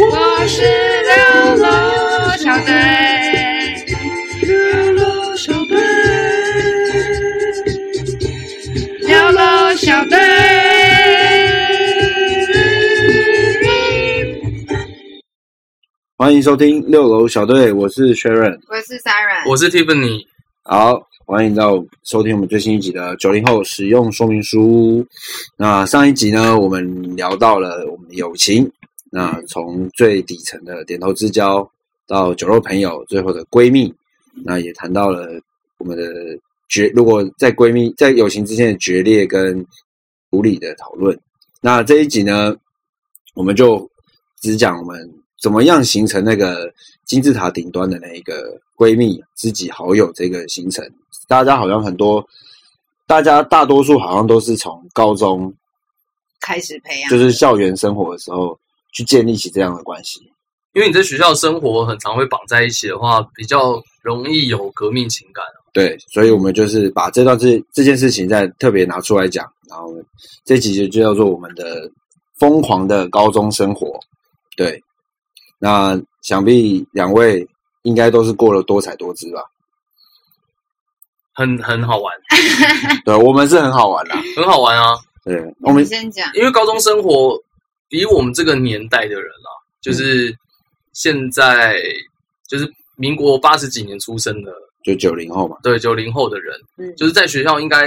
我是流浪小队，流浪小队，流浪小队。欢迎收听六楼小队，我是 Sharon。我是 Siren，我是 Tiffany，好，欢迎到收听我们最新一集的九零后使用说明书。那上一集呢，我们聊到了我们的友情，那从最底层的点头之交到酒肉朋友，最后的闺蜜，那也谈到了我们的决，如果在闺蜜在友情之间的决裂跟处理的讨论。那这一集呢，我们就只讲我们怎么样形成那个金字塔顶端的那一个闺蜜、知己、好友这个形成。大家好像很多，大家大多数好像都是从高中，开始培养，就是校园生活的时候去建立起这样的关系。因为你在学校生活很常会绑在一起的话，比较容易有革命情感。啊对，所以我们就是把这段这这件事情再特别拿出来讲，然后这集就叫做我们的疯狂的高中生活。对，那想必两位应该都是过了多彩多姿吧？很很好玩，对，我们是很好玩啦。很好玩啊！对，我们你先讲，因为高中生活，以我们这个年代的人啊，就是现在就是民国八十几年出生的，就九零后嘛，对九零后的人，嗯，就是在学校应该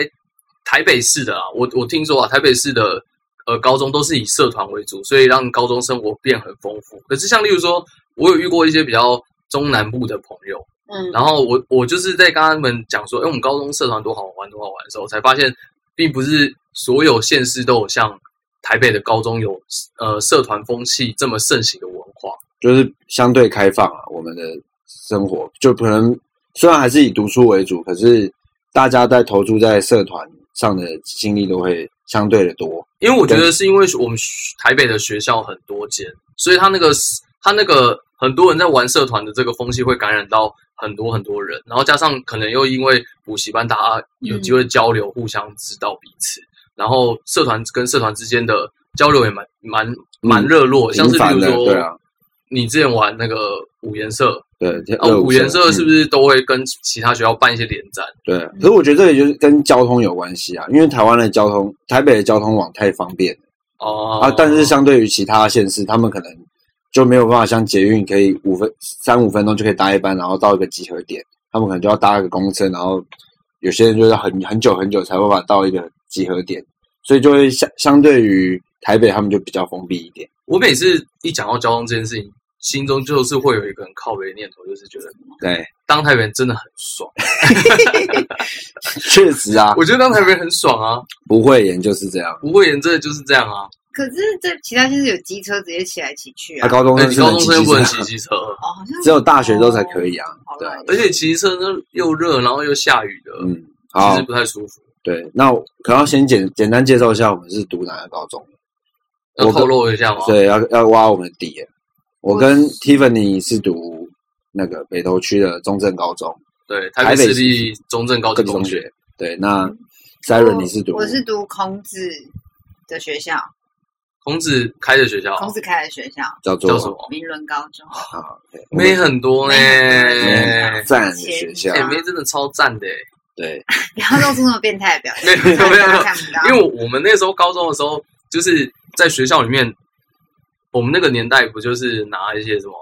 台北市的啊，我我听说啊，台北市的呃高中都是以社团为主，所以让高中生活变很丰富。可是像例如说，我有遇过一些比较中南部的朋友，嗯，然后我我就是在跟他们讲说，哎、我们高中社团多好玩多好玩的时候，才发现并不是所有县市都有像台北的高中有呃社团风气这么盛行的文化。就是相对开放啊，我们的生活就可能虽然还是以读书为主，可是大家在投注在社团上的精力都会相对的多。因为我觉得是因为我们学台北的学校很多间，所以他那个他那个很多人在玩社团的这个风气会感染到很多很多人，然后加上可能又因为补习班大家有机嗯会交流，互相知道彼此，然后社团跟社团之间的交流也蛮蛮蛮热络，像嗯频是比繁如的说、对啊你之前玩那个五颜色，对，那哦五颜色嗯是不是都会跟其他学校办一些联展？对，可是我觉得这个就是跟交通有关系啊，因为台湾的交通，台北的交通网太方便了哦、啊，但是相对于其他县市，他们可能就没有办法像捷运可以五分三五分钟就可以搭一班，然后到一个集合点，他们可能就要搭一个公车，然后有些人就是很很久很久才会把到一个集合点，所以就会相相对于台北，他们就比较封闭一点，我每次一讲到交通这件事情，心中就是会有一个很靠北的念头，就是觉得对，当台北人真的很爽。 确实啊，我觉得当台北人很爽啊，不会研就是这样，不会言真的就是这样啊。可是这其他县市有机车直接骑来骑去他啊，高中生哎你是高能中骑生又不能机啊车骑的，机车，哦，好像只有大学都才可以啊哦，对啊好吧而且骑车呢又热，然后又下雨的，嗯，好其实。不太舒服。对，那我可能要先简简单介绍一下我们是读哪个高中，要我透露一下吗？对，要要挖我们的底耶。我跟哦我 Tiffany 是读那个北投区的中正高中，对，台北市立中正高级跟中中学，学。对，那 Siren 我你是读嗯哦哦我是读孔子的学校，孔子开的学校啊孔子开的学校，叫叫什么做？明伦高中，啊，对我妹们很多呢，妹很赞的学校哎，很妹真的超赞的欸。 对，不要露出那么变态的表情， 没有没有没有看不到，因为我我们那时候高中的时候，就是在学校里面，我们那个年代不就是拿一些什么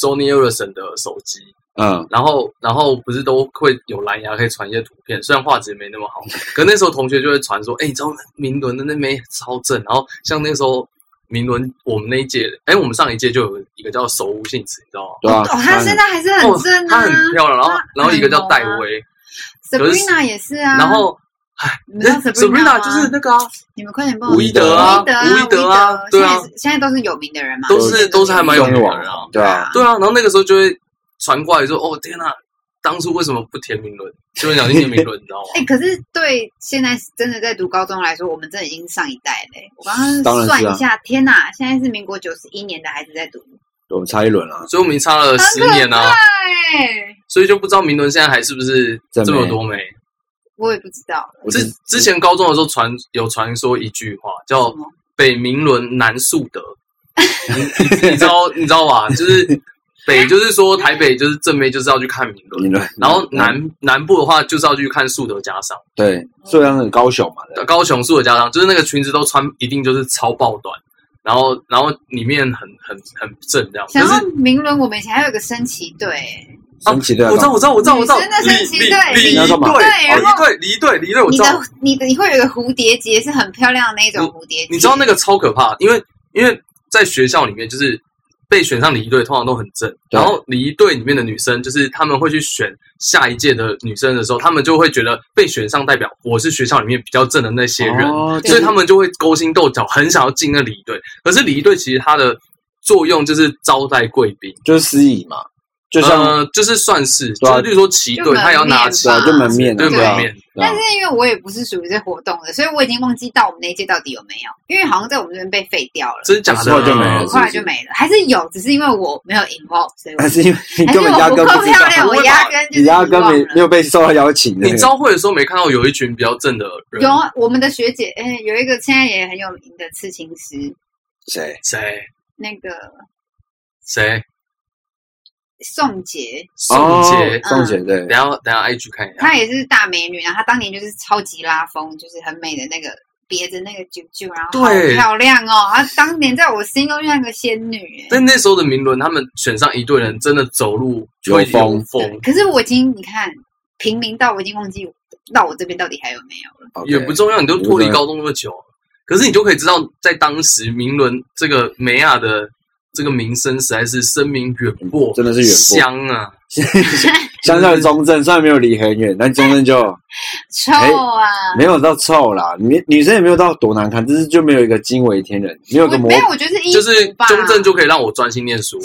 Sony Ericsson 的手机，嗯，然后然后不是都会有蓝牙可以传一些图片，虽然画质没那么好，可那时候同学就会传说，哎、你知道明伦的那枚超正，然后像那时候。明伦，我们那一届，哎、我们上一届就有一个叫手无信子，你知道吗？对啊，哦，他现在还是哦很正啊，她很漂亮。然后她，然后一个叫很戴萌啊维，可是，Sabrina 也是啊，然后，哎你知道 Sabrina 吗就是那个啊，你们快点帮我吴一德吴啊一德吴一德啊吴一德对啊现在现在都是有名的人嘛，都是都是还蛮有算名是的网人啊红，对啊，对啊，然后那个时候就会传过来说：“哦，天哪、当初为什么不填名论？就很想去填名论，你知道哎、吗？ 可是对现在真的在读高中来说，我们真的已经上一代嘞、我刚当刚然是啊算一下，天哪，现在是民国九十一年的还是在读，我们差一轮啊，所以我们已经差了十年啊，哎，所以就不知道名论现在还是不是正这么妹多美。我也不知道，我之是之前高中的时候传有传说一句话，叫什么北明伦南树德，你你知道你知道吧？就是北就是说台北就是正面就是要去看明伦，明伦然后南南部的话就是要去看树德家商，哦对，虽然很高雄嘛，对呃高雄树德家商就是那个裙子都穿一定就是超爆短，然后然后里面很很很正这样，想就要是。明伦，我们以前还有一个升旗队，欸升旗队要我知干道，嘛我知道，我知道，我知道，女生的升旗离队离离你队，要离干嘛对然后队，离队，离队，我你知道的，你的你会有一个蝴蝶结，是很漂亮的那种蝴蝶结。你知道那个超可怕，因为因为在学校里面，就是被选上礼仪队通常都很正，对然后礼仪队里面的女生，就是他们会去选下一届的女生的时候，他们就会觉得被选上代表我是学校里面比较正的那些人，哦所以他们就会勾心斗角，很想要进那礼仪队。可是礼仪队其实它的作用就是招待贵宾，就是司仪嘛，就像呃，就是算是，对啊就是例如说旗就队，门他也要拿面旗对啊，吧就门面啊，对对门啊面，对啊但是因为我也不是属于这活动的，所以我已经忘记到我们那一届到底有没有，因为好像在我们这边被废掉了，真假的之后就没了嗯是后来就没了，还是有，只是因为我没有 involve，所以我还是因为你还是根本压我根不够不知道漂，亮，我压根就是你压根没遗忘没了有被受到邀请的你，招会的时候没看到有一群比较正的人，有啊，我们的学姐，嗯，有一个现在也很有名的刺青师，谁？谁那个谁宋杰，宋杰。嗯哦宋姐对等一，下等一下 IG 看一下。她也是大美女，然后她当年就是超级拉风，就是很美的那个别着那个啾啾，然后好对漂亮哦，她当年在我心中就像个仙女、欸但那时候的明伦，他们选上一队人，真的走路就会有风有风，可是我已经你看平民到我已经忘记到我这边到底还有没有了，也 OK 不重要，你都脱离高中那么久，可是你就可以知道，在当时明伦这个美亚的这个名声实在是声名远播，嗯真的是远播香啊！相较于中正，虽然没有离很远，但中正就嗯哎臭啊！没有到臭啦。女女生也没有到多难看，只是就没有一个惊为天人，没有我个魔没，有，我觉得是衣就是服吧，中正就可以让我专心念书，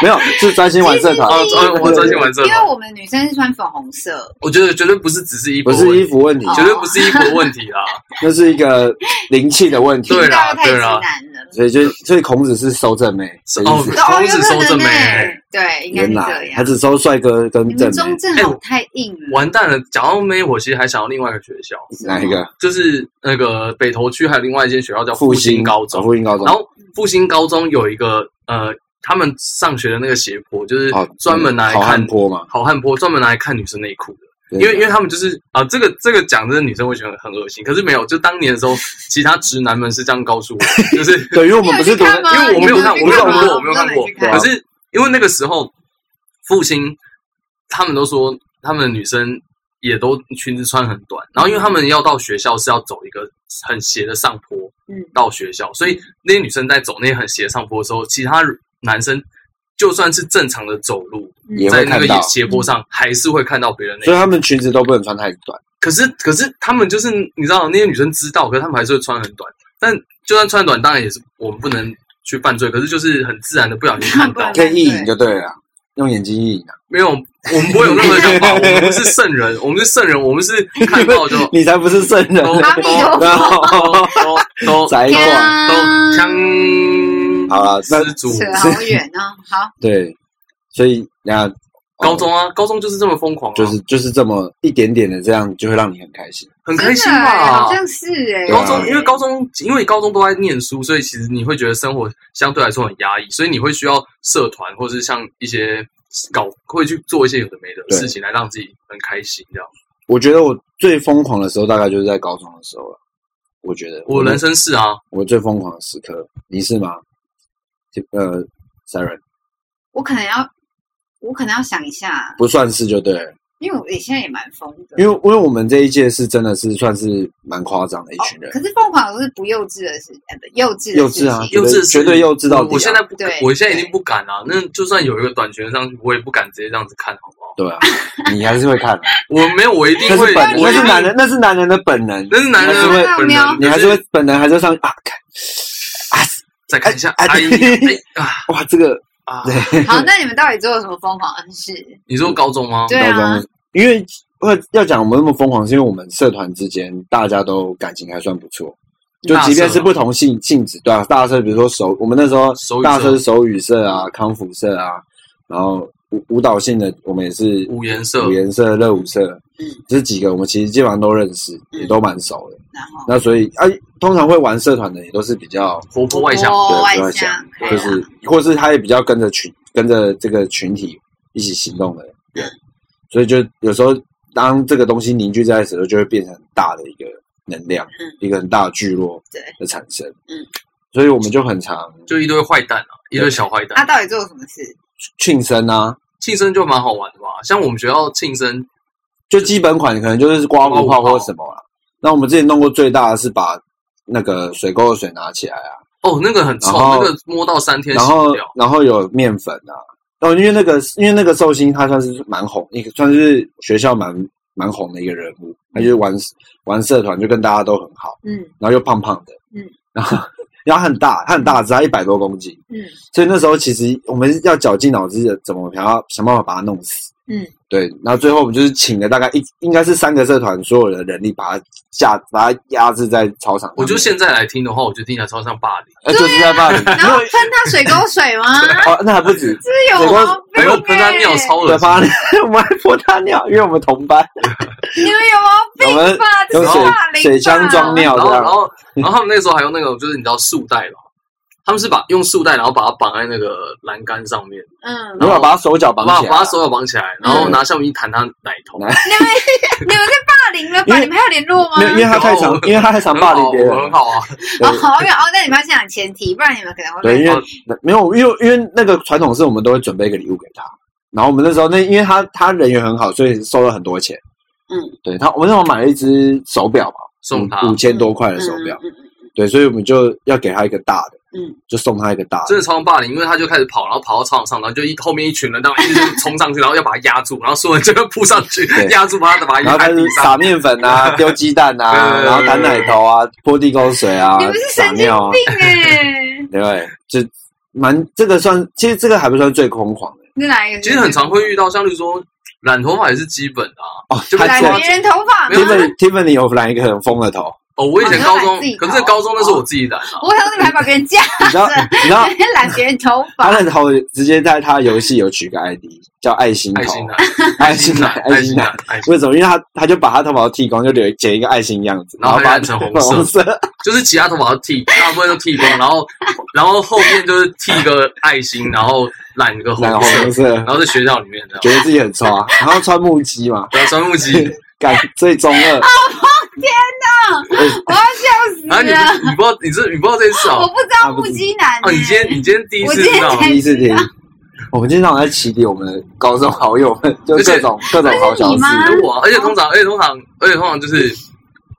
没有是专心玩社团。啊，专我专心玩这因个为，我们女生是穿粉红色，我觉得绝对不是只是衣服不的问是题，衣服问题，哦绝对不是衣服的问题啊啦。那是一个灵气的问题。对到啦太直对啦男了。所以就所以孔子是收正妹的意哦思，哦，孔有子可收能正妹欸对，应该原是来这样他。只收帅哥跟你正们中妹，正哎好太硬了，完蛋了，讲到妹，我其实还想到另外一个学校，哪一个？就是那个北投区还有另外一间学校叫复复兴高中哦，复兴高中然。后复兴高中有一个呃，他们上学的那个斜坡，就是哦，专门拿来好看汉坡嘛，好汉坡，专门拿来看女生内裤的。因因为因为他们就是啊、这个这个讲真的，女生会觉得很恶心。可是没有，就当年的时候，其他直男们是这样告诉我，就是 对，因为我们不是读你有去看吗因为我没有看，啊你我有没去看吗有看过，我没有看过我没有去。看可是因为那个时候复兴，他们都说他们的女生也都裙子穿很短，然后因为他们要到学校是要走一个很斜的上坡，嗯到学校，所以那些女生在走那些很斜的上坡的时候，其他男生就算是正常的走路，也在会那看个到，啊斜坡上还是会看到别人那所以。他们裙子都不能穿太短。可是可是他们就是你知道，那些女生知道，可是他们还是会穿很短。但就算穿短，当然也是我们不能去犯罪，可是就是很自然的不小心看 不到然。可以意淫就对了，用眼睛意淫啊。没有，我们不会有任何想法，我们不是圣人，我们是圣人，我们是看到就你才不是圣人，都阿弥陀然后都都都宅天管。啊枪。好啦那失足。扯好远哦。 好，对，所以那高中啊，高中就是这么疯狂、啊，就是就是这么一点点的这样，就会让你很开心。很真开的心欸吧好？像是哎，对啊高中因为高中因为高中都在念书，所以其实你会觉得生活相对来说很压抑，所以你会需要社团或是像一些搞会去做一些有的没的对事情来让自己很开心这样。我觉得我最疯狂的时候，大概就是在高中的时候了。我觉得我人生是啊，我最疯狂的时刻，你是吗？这呃，Siren 我可能要，我可能要想一下，不算是就对了，因为我也现在也蛮疯的。因为因为我们这一届是真的是算是蛮夸张的一群人，哦可是疯狂都是不幼稚的事，呃，不幼稚的幼稚啊事情觉幼得稚是绝对幼稚到底啊我我现在不敢对，我现在已经不敢了、那就算有一个短裙上去，我也不敢直接这样子看，好不好？对啊，你还是会看的，我没有，我一定那会是本，那我一定是男人，那是男人的本能，那是男你人还是会的本喵能，你还是会本能还是上啊，看再看一下，哎哎哎呀哎啊哇这个啊！好，那你们到底做了什么疯狂的事？你说高中吗？对高啊中，，因为会要讲我们那么疯狂，是因为我们社团之间大家都感情还算不错，就即便是不同性性质，对啊，大社比如说手，我们那时候手语社大社是手语社啊、康复社啊，然后舞舞蹈性的我们也是五颜色五，颜社、热舞社嗯，这几个我们其实基本上都认识，也都蛮熟的。然后那所以啊，通常会玩社团的也都是比较活泼外向，哦对，外不要向想，就是或是他也比较跟着群跟着这个群体一起行动的人，所以就有时候当这个东西凝聚在一起的时候，就会变成很大的一个能量，嗯一个很大的聚落对的产生，嗯，所以我们就很常就一堆坏蛋啊，一堆小坏他蛋。到底做了什么事？庆生啊，庆生就蛮好玩的吧？像我们学校庆生，就基本款可能就是刮胡泡或什么啦。那我们之前弄过最大的是把那个水沟的水拿起来啊，哦，那个很臭，然后那个摸到三天洗然不后掉。然后有面粉啊。哦，因为那个因为那个寿星他算是蛮红，也算是学校蛮蛮红的一个人物，他就是玩玩社团就跟大家都很好，嗯然后又胖胖的，嗯，然后 然后他很大，他很大只，他一百多公斤， 嗯所以那时候其实我们要绞尽脑汁的怎么想要想办法把它弄死，嗯，对，然后最后我们就是请了大概一应该是三个社团所有的人力把它架把它压制在操场上面。我就现在来听的话，我觉得听起来超像霸凌，呃就是在霸 凌，然后喷他水沟水 吗？哦，那还不止，这有毛病、还欸！有喷他尿，超对恶心。吧？我们还泼他尿，因为我们同 班，你们有毛病吧？这用是水霸凌吧水箱装。尿然后这然样。后然后他们那时候还用那个就是你知道束带吧？他们是把用束带，然后把它绑在那个栏杆上面，嗯，没有把他手脚绑把起来把他，手脚绑起来，然后拿橡皮弹他奶头。奶你们 你们在霸凌了吧？因为你们还有联络吗？没有，因为他太常，因为他太常很霸好凌别人我。很好啊，哦，好远哦，那你们要先讲前提，不然你们可能会对，被因为没有，因为因为那个传统是我们都会准备一个礼物给他，然后我们那时候那因为他他人缘很好，所以收了很多钱。嗯，对他，我们那时候买了一只手表嘛，送他五五千多块的手表，对，所以我们就要给他一个大的，嗯，就送他一个大真的，的超像霸凌，因为他就开始跑，然后跑到操场上，然后就一后面一群人，然后一直冲上去，然后要把他压住，然后所有人就要扑上去对压住把他，把然他后压开在始地撒上。面粉啊， 丢鸡蛋啊，对然后弹奶头啊，泼地沟水啊你们是，撒神经尿啊，病哎！对不对？就蛮这个算，其实这个还不算最疯狂的是哪一个？其实很常会遇到，像例如说染头发也是基本的啊。哦，就他染这别人头发没有吗？ Tiffany Tiffany 有染一个很疯的 头，哦，我以前高中哦你要染自己，头可是高中那是我自己染的啊。我想你们还把别人架，你知道啊你知道还染别人头他发。那头直接在他游戏有取个 ID 叫爱心头，爱心染，哦爱心头，爱爱心心头染，爱心，为什么？因为他他就把他头发剃光，就留剪一个爱心样子，然后后把还染成红色红色，就是其他头发都剃，大部分都剃光，然后然后后面就是剃一个爱心，然后染一个红 染色红，色，然后在学校里面的，觉得自己很臭啊。然后穿木屐嘛，然后 穿木屐， 感最中二。哦我要笑然后死啊你了！不你不知道你这你不知道这件事啊我哦。不知道木屐男哦，你今天欸。你今天第一我次今知天道，才第一次听，我们今天早上在起底我们的高中好友们，就而且各种各种好那小是你事。吗如果、而且通常，而且通常，而且通常就是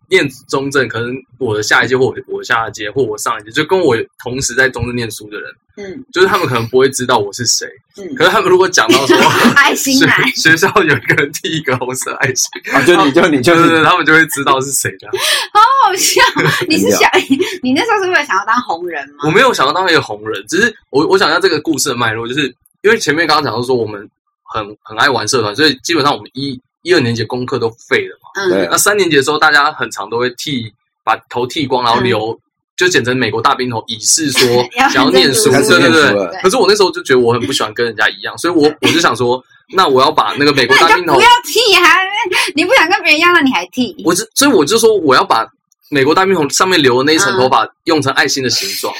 念中正，可能我的下一届或我我下一届或我上一届，就跟我同时在中正念书的人，嗯就是他们可能不会知道我是谁，可嗯，是他们如果讲到 说爱心男。学学校有一个人剃一个红色爱心，啊，就你就你就对对是对，他们就会知道是谁的。好 笑！你是想 你那时候是为了想要当红人吗我？没有想到当一个红人，只是我我想一下这个故事的脉络，就是因为前面刚刚讲到说我们很很爱玩社团，所以基本上我们一一二年级功课都废了嘛。对嗯啊那三年级的时候，大家很常都会剃把头剃光，然后留、就剪成美国大冰头，以示说嗯 要想要念书，认开真读始念对对书对。了。可是我那时候就觉得我很不喜欢跟人家一样，所以我我就想说，那我要把那个美国大那冰你就 头不，要剃，还哦你不想跟别人一样，那你还剃？我就所以我就说我要把。美国大冰头上面留的那一嗯层头发用成爱心的形状，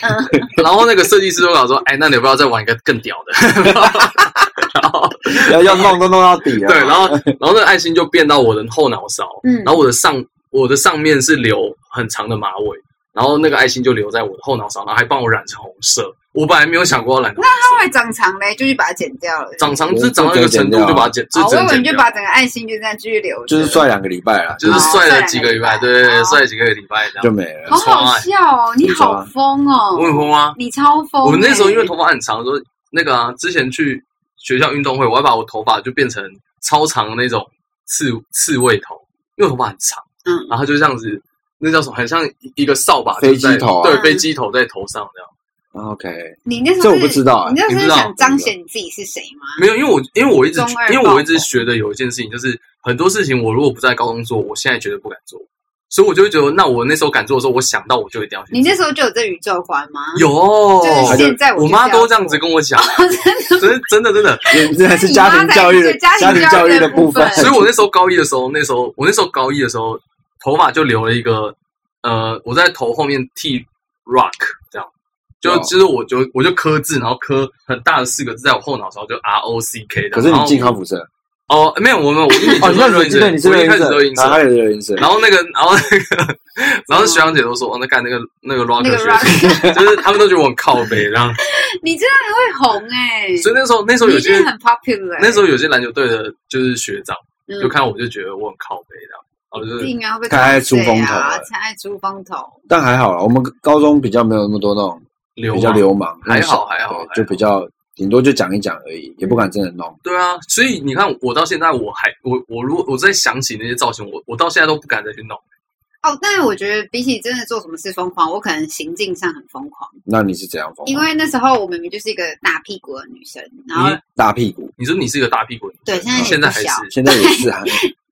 然后那个设计师就想说：“哎，那你要不要再玩一个更屌的？” 然后要要弄都弄到底了。对，然后然后那个爱心就变到我的后脑勺，嗯然后我的上我的上面是留很长的马尾，然后那个爱心就留在我的后脑勺，然后还帮我染成红色。我本来没有想过要染成红后色，来长长嘞，就去把它剪掉了。哦长长是长到一个程度就把它剪，就好，我整以为剪你就掉，把整个爱心就这样继续留着，就是帅两个礼拜了，就是哦帅了几个礼拜，对对对，哦帅了几个礼拜这就样。没了。好哦好笑哦！你好疯哦我！很疯啊！你超疯欸！我们那时候因为头发很长，说那个啊，之前去学校运动会，我还把我头发就变成超长的那种刺刺猬头，因为我头发很长，嗯然后就这样子，那叫什么？很像一个扫把，飞就在机头啊对，嗯飞机头在头上这样。 OK，你那时候这我是不知道欸你那时候你是不知道想彰显你自己是谁吗？没有，因为我因为我一直中二因为我一直爆红学的有一件事情，就是很多事情我如果不在高中做，我现在绝对不敢做，所以我就会觉得，那我那时候敢做的时候，我想到我就一定要去做。你那时候就有这宇宙观吗？，有，就是现在我就妈要都这样子跟我哦讲，真的真的真 的。这还是家庭教育的家庭庭教教育育的的部部分分。所以我那时候高一的时候，那时候我那时候高一的时候，头发就留了一个呃，我在头后面剃 rock 这样，就哇哦就是我就我就刻字，然后刻很大的四个字在我后脑勺，就 R O C K 的。可是然你后进康复社哦，没有，我没有，我一直哦，你都那是时热候对音你是社，我一热开始都音音社，啊社然后，还有热音社，然后那个，然后那个， 然后学长姐都说，哦，那干那个那个 rock 那个学姐， 就是他们都觉得我很靠北，然后， 你真的很会红哎、 所以那时候那时候你有一些定很 popular。那时候有些篮球队的，就是学长，嗯就看我就觉得我很靠北这样，然后就自是己应该会被太爱出风头啊了，太爱出风头。但还好啦，我们高中比较没有那么多那种流比较氓流氓，还好那种对还好还好就比较顶多就讲一讲而已，也不敢真的弄。对啊，所以你看，我到现在我还我我如果我再想起那些造型，我我到现在都不敢再去弄。哦，但是我觉得比起真的做什么事疯狂，我可能行径上很疯狂，那你是怎样疯狂？因为那时候我明明就是一个大屁股的女生，然后你大屁股，你说你是一个大屁股，对现在也现在不还小是现在也是还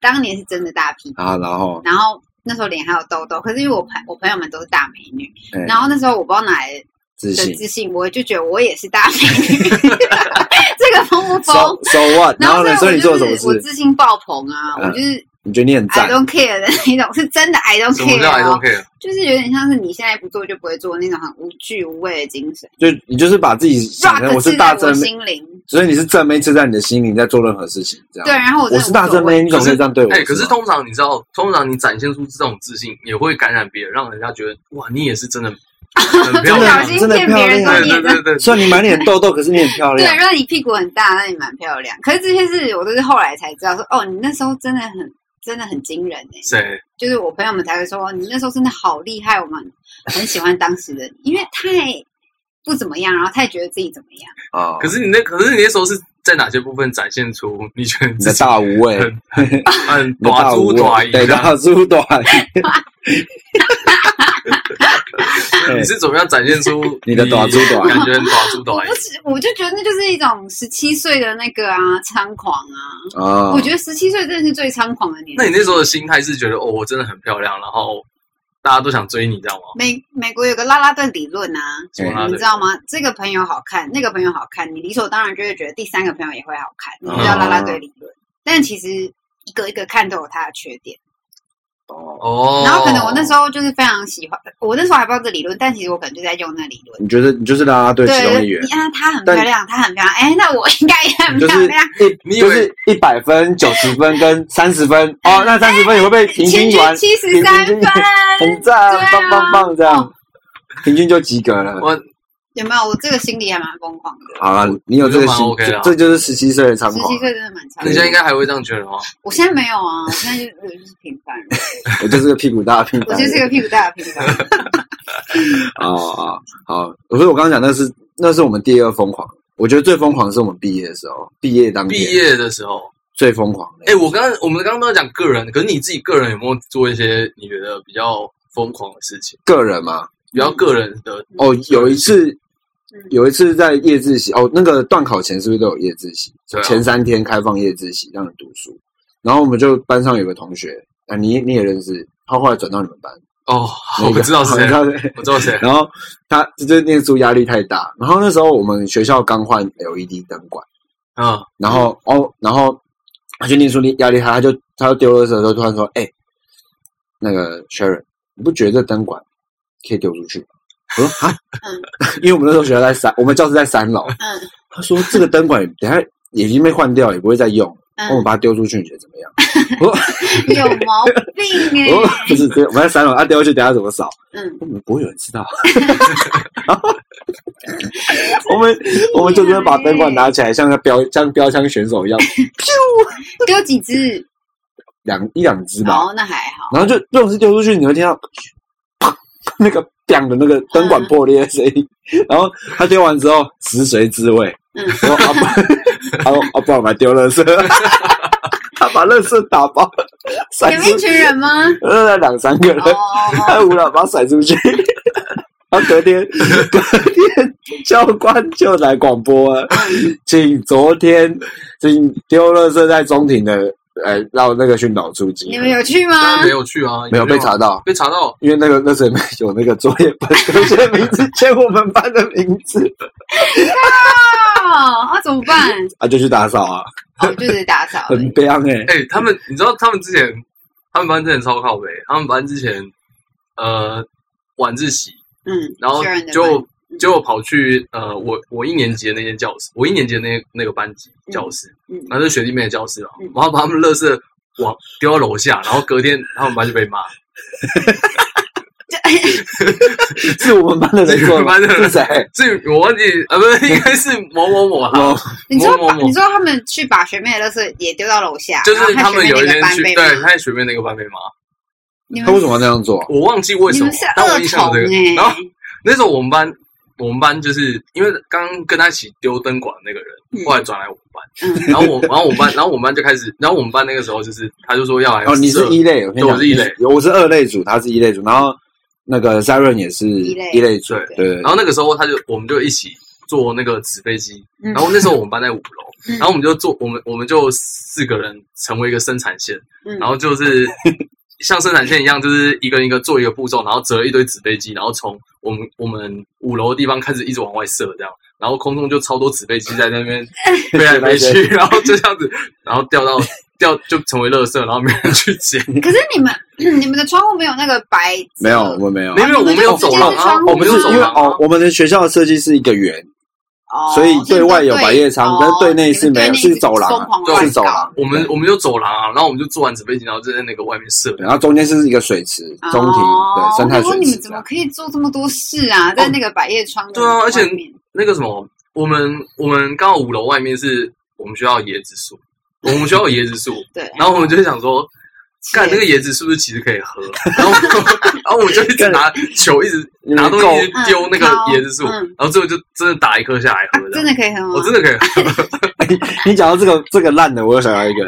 当年是真的大屁股，啊，然后然后那时候脸还有痘痘，可是因为我朋我朋友们都是大美女，哎然后那时候我不知道哪来自的信自信，我就觉得我也是大美女， 这个疯不 so 疯？ so what？然后呢？所所以我以你就做是了什么我事？自信爆棚啊！我嗯就是你觉得你很 I 赞 don't care 的那种，是真的 I don't 什么 care 叫 I 哦 don't care？就是有点像是你现在不做就不会做那种很无惧无畏的精神。就你就是把自己想 rock 成我是刺大在正我妹，心灵，所以你是正妹，刺在你的心里，你在做任何事情，这样。对，然后我真我的是大无所正谓妹，你怎么可以这样对我？啊哎、可是吗通常你知道，通常你展现出这种自信，也会感染别人，让人家觉得哇，你也是真的很 漂不小亮。心真的骗别人漂说亮你对也对在。对对，虽然你满脸痘痘，可是你很漂对，亮。如果你屁股很大，那你蛮漂亮。可是这些事我都是后来才知道说，哦，你那时候真的很真的很惊人哎、谁？就是我朋友们才会说，哦你那时候真的好厉害，我们很喜欢当时的你，因为太不怎么样，然后太觉得自己怎么样。啊，可是你那可是你那时候是在哪些部分展现出你觉得你自的己大无畏，很 很你的短大无粗短啊畏，一对，的？大猪短。你是怎么样展现出你的短粗短感觉很短粗我短不？是，我就觉得那就是一种十七岁的那个啊，猖狂啊。啊，我觉得十七岁真的是最猖狂的年那纪。你那时候的心态是觉得哦，我真的很漂亮，然后大家都想追你，这样吗？美美国有个啦啦队理论啊，什么啦啦你队知道吗？这个朋友好看，那个朋友好看，你理所当然就会觉得第三个朋友也会好看，嗯你就叫啦啦队理论。但其实一个一个看都有它的缺点。哦，哦，然后可能我那时候就是非常喜欢，我那时候还不知道这理论，但其实我可能就在用那理论。你觉得你就是啦啦队其中一对，员你，看她很漂但亮，她很漂亮，哎，那我应该也很你就漂是亮。一你以就为是一百分、九十分跟三十分 哦，那三十分也会被平哎千均完钧，七十三平分均， 很赞对啊，棒棒棒这样哦，平均就及格了。我有没有？我这个心里还蛮疯狂的。好了，你有这个我觉得蛮心， OK 啊这啦这就是十七岁的猖十狂七。岁真的蛮猖你狂现。在应该还会这样觉得吗？哦我现在没有啊，我现在就我就是平凡人，我就是个屁股大的屁股我大就的人，是个屁股大的平凡 人。啊啊好！所以我刚刚讲那是那是我们第二疯狂，我觉得最疯狂的是我们毕业的时候，毕业当毕天业的时候，最疯狂的。哎、我刚刚我们刚刚都在讲个人，可是你自己个人有没有做一些你觉得比较疯狂的事情？个人嘛，比较个人的，哦，有一次嗯，有一次在夜自习，哦，那个断考前是不是都有夜自习？对啊前三天开放夜自习让你读书，然后我们就班上有个同学，啊，你你也认识，他后来转到你们班，哦，那 我个知道谁啊你， 对我知道谁，然后他就是念书压力太大，然后那时候我们学校刚换 LED 灯管，嗯，然后、哦，然后他就念书压力大，他就他就丢了的时候，突然说，哎、那个 Sharon，你不觉得这灯管可以丢出去吗？我说啊， 因为我们那时候学校在三，我们教室在三楼，嗯他说这个灯管等一下也已经被换掉，也不会再用，那我们嗯，把它丢出去，你觉得怎么样？我说 有毛病哎、我说不是，我们在三楼，它、丢下去，等一下怎么扫？嗯，我们不会有人 知道。然后我们我们就直接把灯管拿起来，像个标像标枪选手一样，丢几只？两一两只吧。哦，那还好。然后就这种事丢出去，你会听到那个 “bang” 的那个灯管破裂的声音。然后他丢完之后，食髓知味。嗯我说啊不，他说啊不，我们还丢垃圾， 他把垃圾打包甩有出一群去，人吗？呃，两三个人哦，哦，太无聊，把它甩出去。然后隔天，隔天教官就来广播了，请昨天请丢垃圾在中庭的，呃，让那个训导处级你们有去吗？当然没有去啊，没有被查到？被查到，因为那个那时候有那个作业本，有些名字签我们班的名字 哦，那、怎么办？啊，就去打扫啊，哦，就是打扫而很已。 悲哀哎、哎、他们你知道他们之前，他们班之前超靠北，他们班之前呃晚自习，嗯，然后确认的关就就跑去呃我我一年级的那间教室，我一年级的那那个班级教室，嗯嗯然后是学弟妹的教室啊嗯，然后把他们垃圾往丢到楼下，然后隔天他们班就被骂，是我们班的人做的吗，是我们班的人是谁？这我忘记啊，不 是应该是某某某啊，哦，你说某把某某你说他们去把学妹的垃圾也丢到楼下，就是然他后害们学妹有一那个天班去被骂对，他学妹那个班被骂，你他们为什么要那样 做啊？我忘记为你什么们是，但我二印象童有这个，哎、然后那时候我们班，我们班就是因为刚刚跟他一起丢灯管的那个嗯人，后来转来我们班，嗯，然后我，然后我们班，然后我们班就开始，然后我们班那个时候就是，他就说要来哦，你是设一类，我跟你对我讲，是一类你，我是二类组，他是一类组，然后那个 Siren 也是一类一类组，对对对然后那个时候他就我们就一起坐那个纸飞机，嗯然后那时候我们班在五楼，嗯然后我们就坐我们我们就四个人成为一个生产线，嗯然后就是 像生产线一样，就是一个一个做一个步骤，然后折一堆纸飞机，然后从我们我们五楼的地方开始一直往外射这样。然后空中就超多纸飞机在那边飞来飞去，哎然后就这样子，然后掉到掉就成为垃圾，然后没人去捡。可是你们 你们的窗户没有那个白色，没有，我们没有没。有，我们有走廊啊，哦我哦，不们是有走因为廊啊哦，，我们的学校的设计是一个圆，哦所以对外有百叶窗哦但是对内是没你有们对内是走廊疯啊狂对乱是走廊我们我们就走廊啊，然后我们就做完纸飞机，然后就在那个外面射。然后中间是一个水池，搞中庭哦对生态我说水你池啊们这怎样么。可以做这么多事啊？在那个百叶窗的哦对啊而且外面那个什么，我们我们刚好五楼外面是我们学校的椰子树，我们学校有椰子树，对，然后我们就想说，干那个椰子是不是其实可以喝？ 然后然后我们就一直拿球，一直拿东西一直丢那个椰子树，嗯嗯然后最后就真的打一颗下来啊喝，真的可以很好，我真的可以喝，你讲到这个这个烂的，我又想到一个，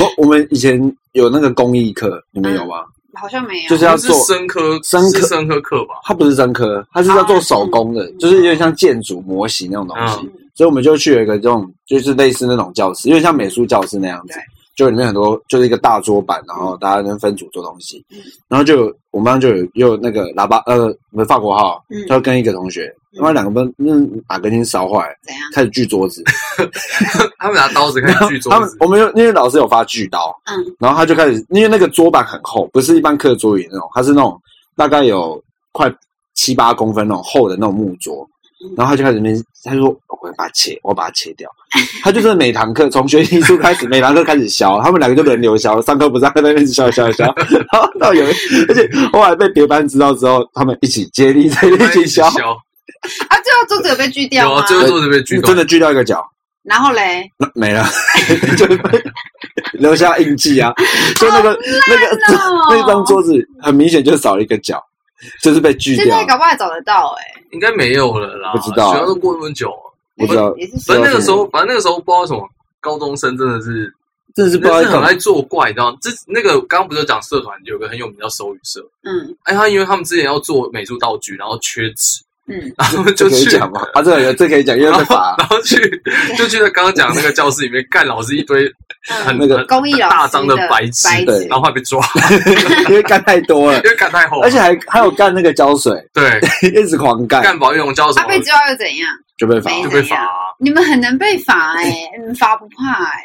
我我们以前有那个公益课，你们有吗？好像没有，就是要是做生科生科是生科课吧？它不是真科，它是要做手工的，就是有点像建筑模型那种东西。啊嗯所以我们就去了一个这种，就是类似那种教室，有点像美术教室那样子对。就里面很多，就是一个大桌板，然后大家能分组做东西。嗯然后就有我们班就有又有那个喇叭，呃，我们法国号，嗯他跟一个同学，嗯另外两个班那哪根筋烧坏，怎样？开始锯 桌子。他们拿刀子开始锯 桌他们子，我们有因为老师有发锯刀，嗯然后他就开始，因为那个桌板很厚，不是一般课桌椅那种，它是那种大概有快七八公分那种厚的那种木桌嗯。然后他就开始那边，他就说：“我要把它切，我要把它切掉。” 他就是每堂课从学习书开始，每堂课开始削，他们两个就轮流削，上课不上课在那边削削削。然后到有一，而且后来被别班知道之后，他们一起接力 在那他们起一起削，削，啊，最后桌子有被锯掉有吗啊，？最后桌子被锯断真。的锯掉一个角，然后 嘞，那没了， 就被 留下印记啊。就那个那个真的哦那张桌子很明显就少一个角，就是被锯现掉在。搞不好还找得到哎，应该没有了啦，不知道学校都过那么久、啊不知道也是反呃正那个是时候，反正那个时候不知道为什么，高中生真的是真的是真不知道的是在干很嘛爱作怪，你知道吗？这那个刚刚不是讲社团有个很有名叫手语社，嗯哎，他因为他们之前要做美术道具，然后缺纸，嗯，然后这就可以去，讲吗？ 啊，这个这可以讲，因为 被罚然后去就去刚刚讲那个教室里面干老师一堆 很那个很嗯公益老师大张的白纸白，对纸然后还被抓，因为干太多了因，为干太厚了，而且还还有干那个胶水，对一直狂干干保育龙教什啊么被知道又怎样？就被罚了。就被罚啊、你们很能被罚哎，你们罚不怕哎，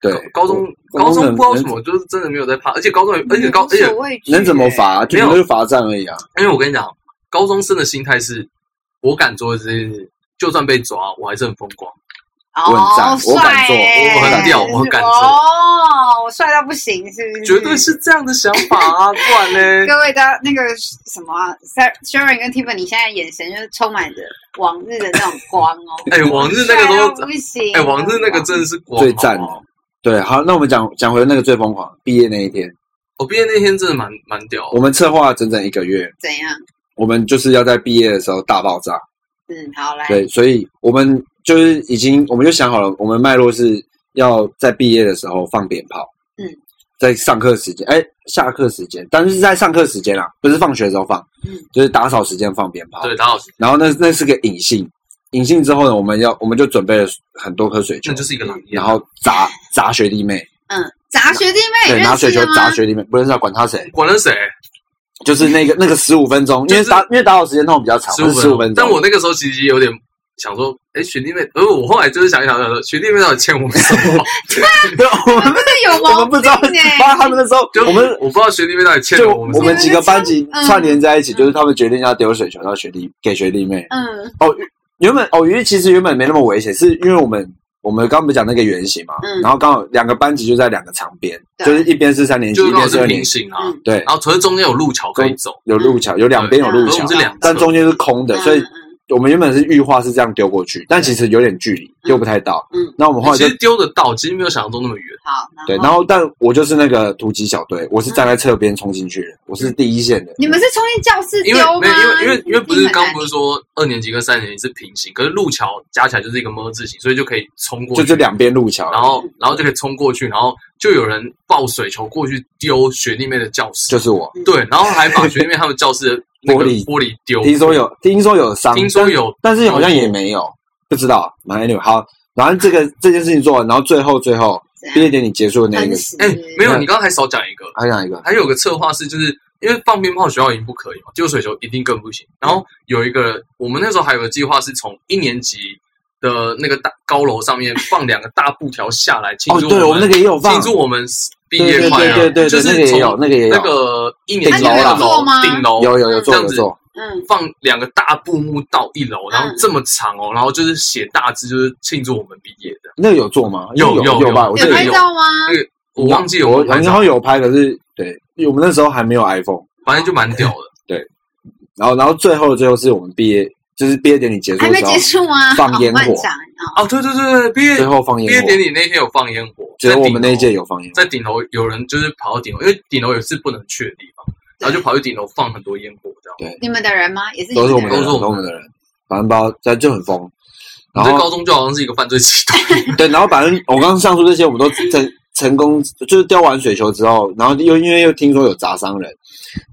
对，高中高高中中能不知道为什么，就是真的没有在怕，而且高嗯中而且高而你且们无所畏惧能怎么？罚？没顶有多就罚站而已啊。因为我跟你讲，高中生的心态是，我敢做这件事，就算被抓，我还是很风光。哎我很赞哦，我敢帅做哎我很屌我敢做哦，我帅到不行，是不是？绝对是这样的想法啊，不然 呢？各位的那个什么啊，Sa-，Sharon 跟 Tiffany 现在眼神就是充满着往日的那种光 哦。哎，往日那个帅到啊都，不行，哦哎，往日那个真的是光哦最赞好不好对，好，那我们讲讲回那个最疯狂毕业那一天，我毕业那天真的蛮蛮屌的我，们策划整整一个月，怎样？我们就是要在毕业的时候大爆炸。嗯，好来，对，所以我们就是已经，我们就想好了，我们脉络是要在毕业的时候放鞭炮，嗯，在上课时间，哎，下课时间，但是在上课时间啦，不是放学的时候放，嗯，就是打扫时间放鞭炮，对，打老师，然后那那是个引信，引信之后呢，我们要我们就准备了很多颗水球那，就是一个狼烟然，后砸砸学弟妹，嗯，砸学弟妹，对，认识拿水球了吗砸学弟妹，不认识啊，管他谁，管了谁？就是那个那个十五分钟，因为就是打因为打扫时间通常比较长，十五十五分钟，分但我那个时候其实有点想说，哎，学弟妹，而我后来就是想一想，想说学弟妹到底欠我们什 么？对，我们 有 我毛们不知道病欸，发他们的时候就，我们我不知道学弟妹到底欠就了我们什我么们。几个班级嗯串联在一起，就是他们决定要丢水球到学弟给学弟妹。嗯哦，原本哦，因为其实原本没那么危险，是因为我们我们刚不是讲那个圆形嘛，嗯然后刚好两个班级就在两个场边，对就是一边是三年级，就是一刚好边是是二平年级，行啊，嗯对，然后可是中间有路桥可以走，有路桥，有两边有路可是桥我们是，两侧但中间是空的，嗯所以嗯我们原本是预化是这样丢过去，但其实有点距离，丢不太到。嗯那我们后来其就实丢得到，其实没有想象中那么远。好，对，然后但我就是那个突击小队，我是站在侧边冲进去的，我是第一线的。你们是冲进教室因为丢没吗？有，因为因为因为不是刚不是是说二年级跟三年级是平行，可是路桥加起来就是一个么字形，所以就可以冲过就去，这两边路桥，然后然后就可以冲过去，然后就有人抱水球过去丢学弟妹的教室，就是我。对，然后还把学弟妹他们教室的那个玻璃玻璃丢，听说有，听说有伤，听说有，但是好像也没有，不知道。反正有好，然后这个这件事情做完，然后最后最后毕业典礼结束的那一很个，死哎，没有，嗯你刚才少讲一个，还有哪一个？还有个策划是，就是因为放鞭炮学校已经不可以嘛，丢水球一定更不行。然后有一个，我们那时候还有个计划是从一年级的那个大高楼上面放两个大布条下来庆哦，祝对，我们们那个也有放庆，祝我们毕对对业对快乐，对对就对，是那个也有，从那个也那有，个一年级顶楼啦那你们有那个做楼吗顶楼有有有这做样有子做，嗯放两个大布幕到一楼，然后嗯这么长哦，然后就是写大字，就是庆祝我们毕业的。那个有做吗？有有有有吧？有我这记有得个拍有，照吗？我忘记有没我有拍然照，后有拍，可是对，因为我们那时候还没有 iPhone，反正就蛮屌的。然后然后最后最后是我们毕业，就是毕业典礼结束还的没时候结，束吗？放烟火好漫长啊！哦，对对对对，毕业最后放毕烟业火，典礼那天有放烟火，只在有我顶们那一楼届有放烟火在，顶楼有人就是跑到顶楼，因为顶楼也是不能去的地方，然后就跑去顶楼放很多烟火这样。你们的人吗？也是你都是我的们的人人，都都是我们是的人我们的人，反正包在就很疯。我然在后高中就好像是一个犯罪集团，对，然后反正我刚刚上述这些，我们都成成功，就是丢完水球之后，然后又因为又听说有砸伤人，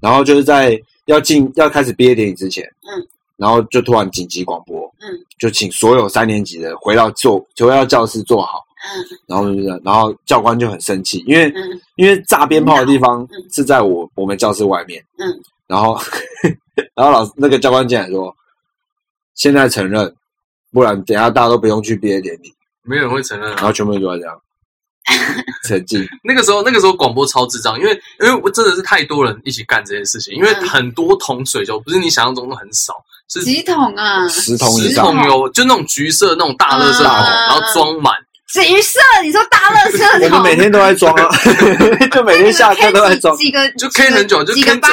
然后就是在要进要开始毕业典礼之前，嗯，然后就突然紧急广播，嗯，就请所有三年级的回到坐回到教室坐好，嗯然后就是然后教官就很生气，因为嗯因为炸鞭炮的地方嗯是在我我们教室外面，嗯，然后 然后老师那个教官进来说，现在承认，不然等一下大家都不用去毕业典礼。没有人会承认然啊。后全部人都在 这样沉浸。那个时候，那个时候广播超智障，因为因为我真的是太多人一起干这件事情，因为嗯很多桶水球不是你想象中的很少，是几桶啊？十桶以十上桶有，就那种橘色那种大乐色桶，嗯然后装满。橘色？你说大乐色我们桶？每天都在装 啊，就每天下课都在装，几个就 K 很久就几个 K 班，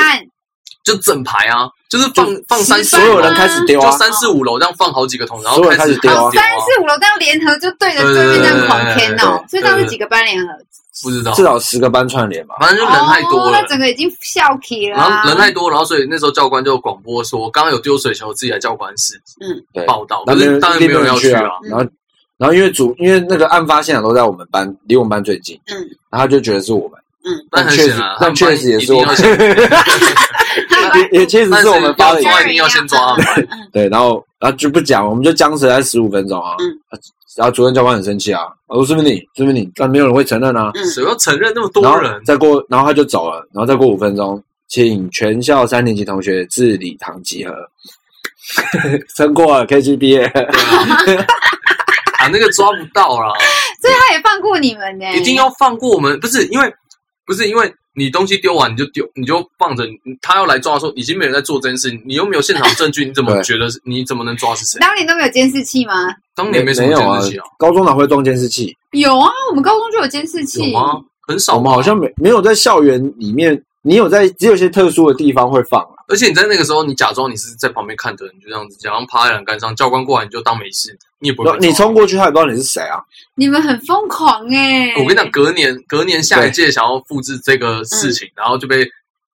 就整排啊，就是放放三十四所五班楼有人开始丢就啊，三四五楼这样放好几个桶，然后所有人开开始始丢啊丢哦三四五楼这样联合就对着对面这样狂天哦，所以到底几个班联合？不知道，至少十个班串联嘛。反正就人太多哦了那。整个已经笑起了。然后人太多，然后所以那时候教官就广播说，刚刚有丢水球，自己来教官室嗯对，报道，然后可没是有当然一没定有有人要人去去啊啊。。然后，然后因为主因为那个案发现场都在我们班，离我们班最近，嗯然后他就觉得是我们，嗯，但很确显实然啊，，他但们确实也一是啊定我要们，先， 也也确实但是我们发要的抓一定要 先抓他嗯们。对，然后然后就不讲，我们就僵持了十五分钟啊。嗯然后主任教官很生气啊，我说是不是你，是不是你？但没有人会承认啊。 嗯谁要承认那么然多后人？再过，然后他就走了，然后再过五分钟，请全校三年级同学至礼堂集合。 撑过了，可以去毕业。 啊，那个抓不到啦，所以他也放过你们呢。一定要放过我们。不是因为，不是因为你东西丢完你就丢，你就放着，他要来抓的时候，已经没有人在做这件事，你又没有现场证据，你怎么对觉得是？你怎么能抓是谁？当年都没有监视器吗？当年没什么没有监啊视器啊，，高中哪会装监视器？有啊，我们高中就有监视有啊器。吗？很少我吧们好像没没有在校园里面，你有在只有一些特殊的地方会放啊。而且你在那个时候，你假装你是在旁边看着，你就这样子，假装趴在栏杆上，教官过来你就当没事，你也不会然被后抓。你冲过去，他也不知道你是谁 啊。你们很疯狂哎！我跟你讲，，隔年隔年下一届想要复制这个事情，然后就被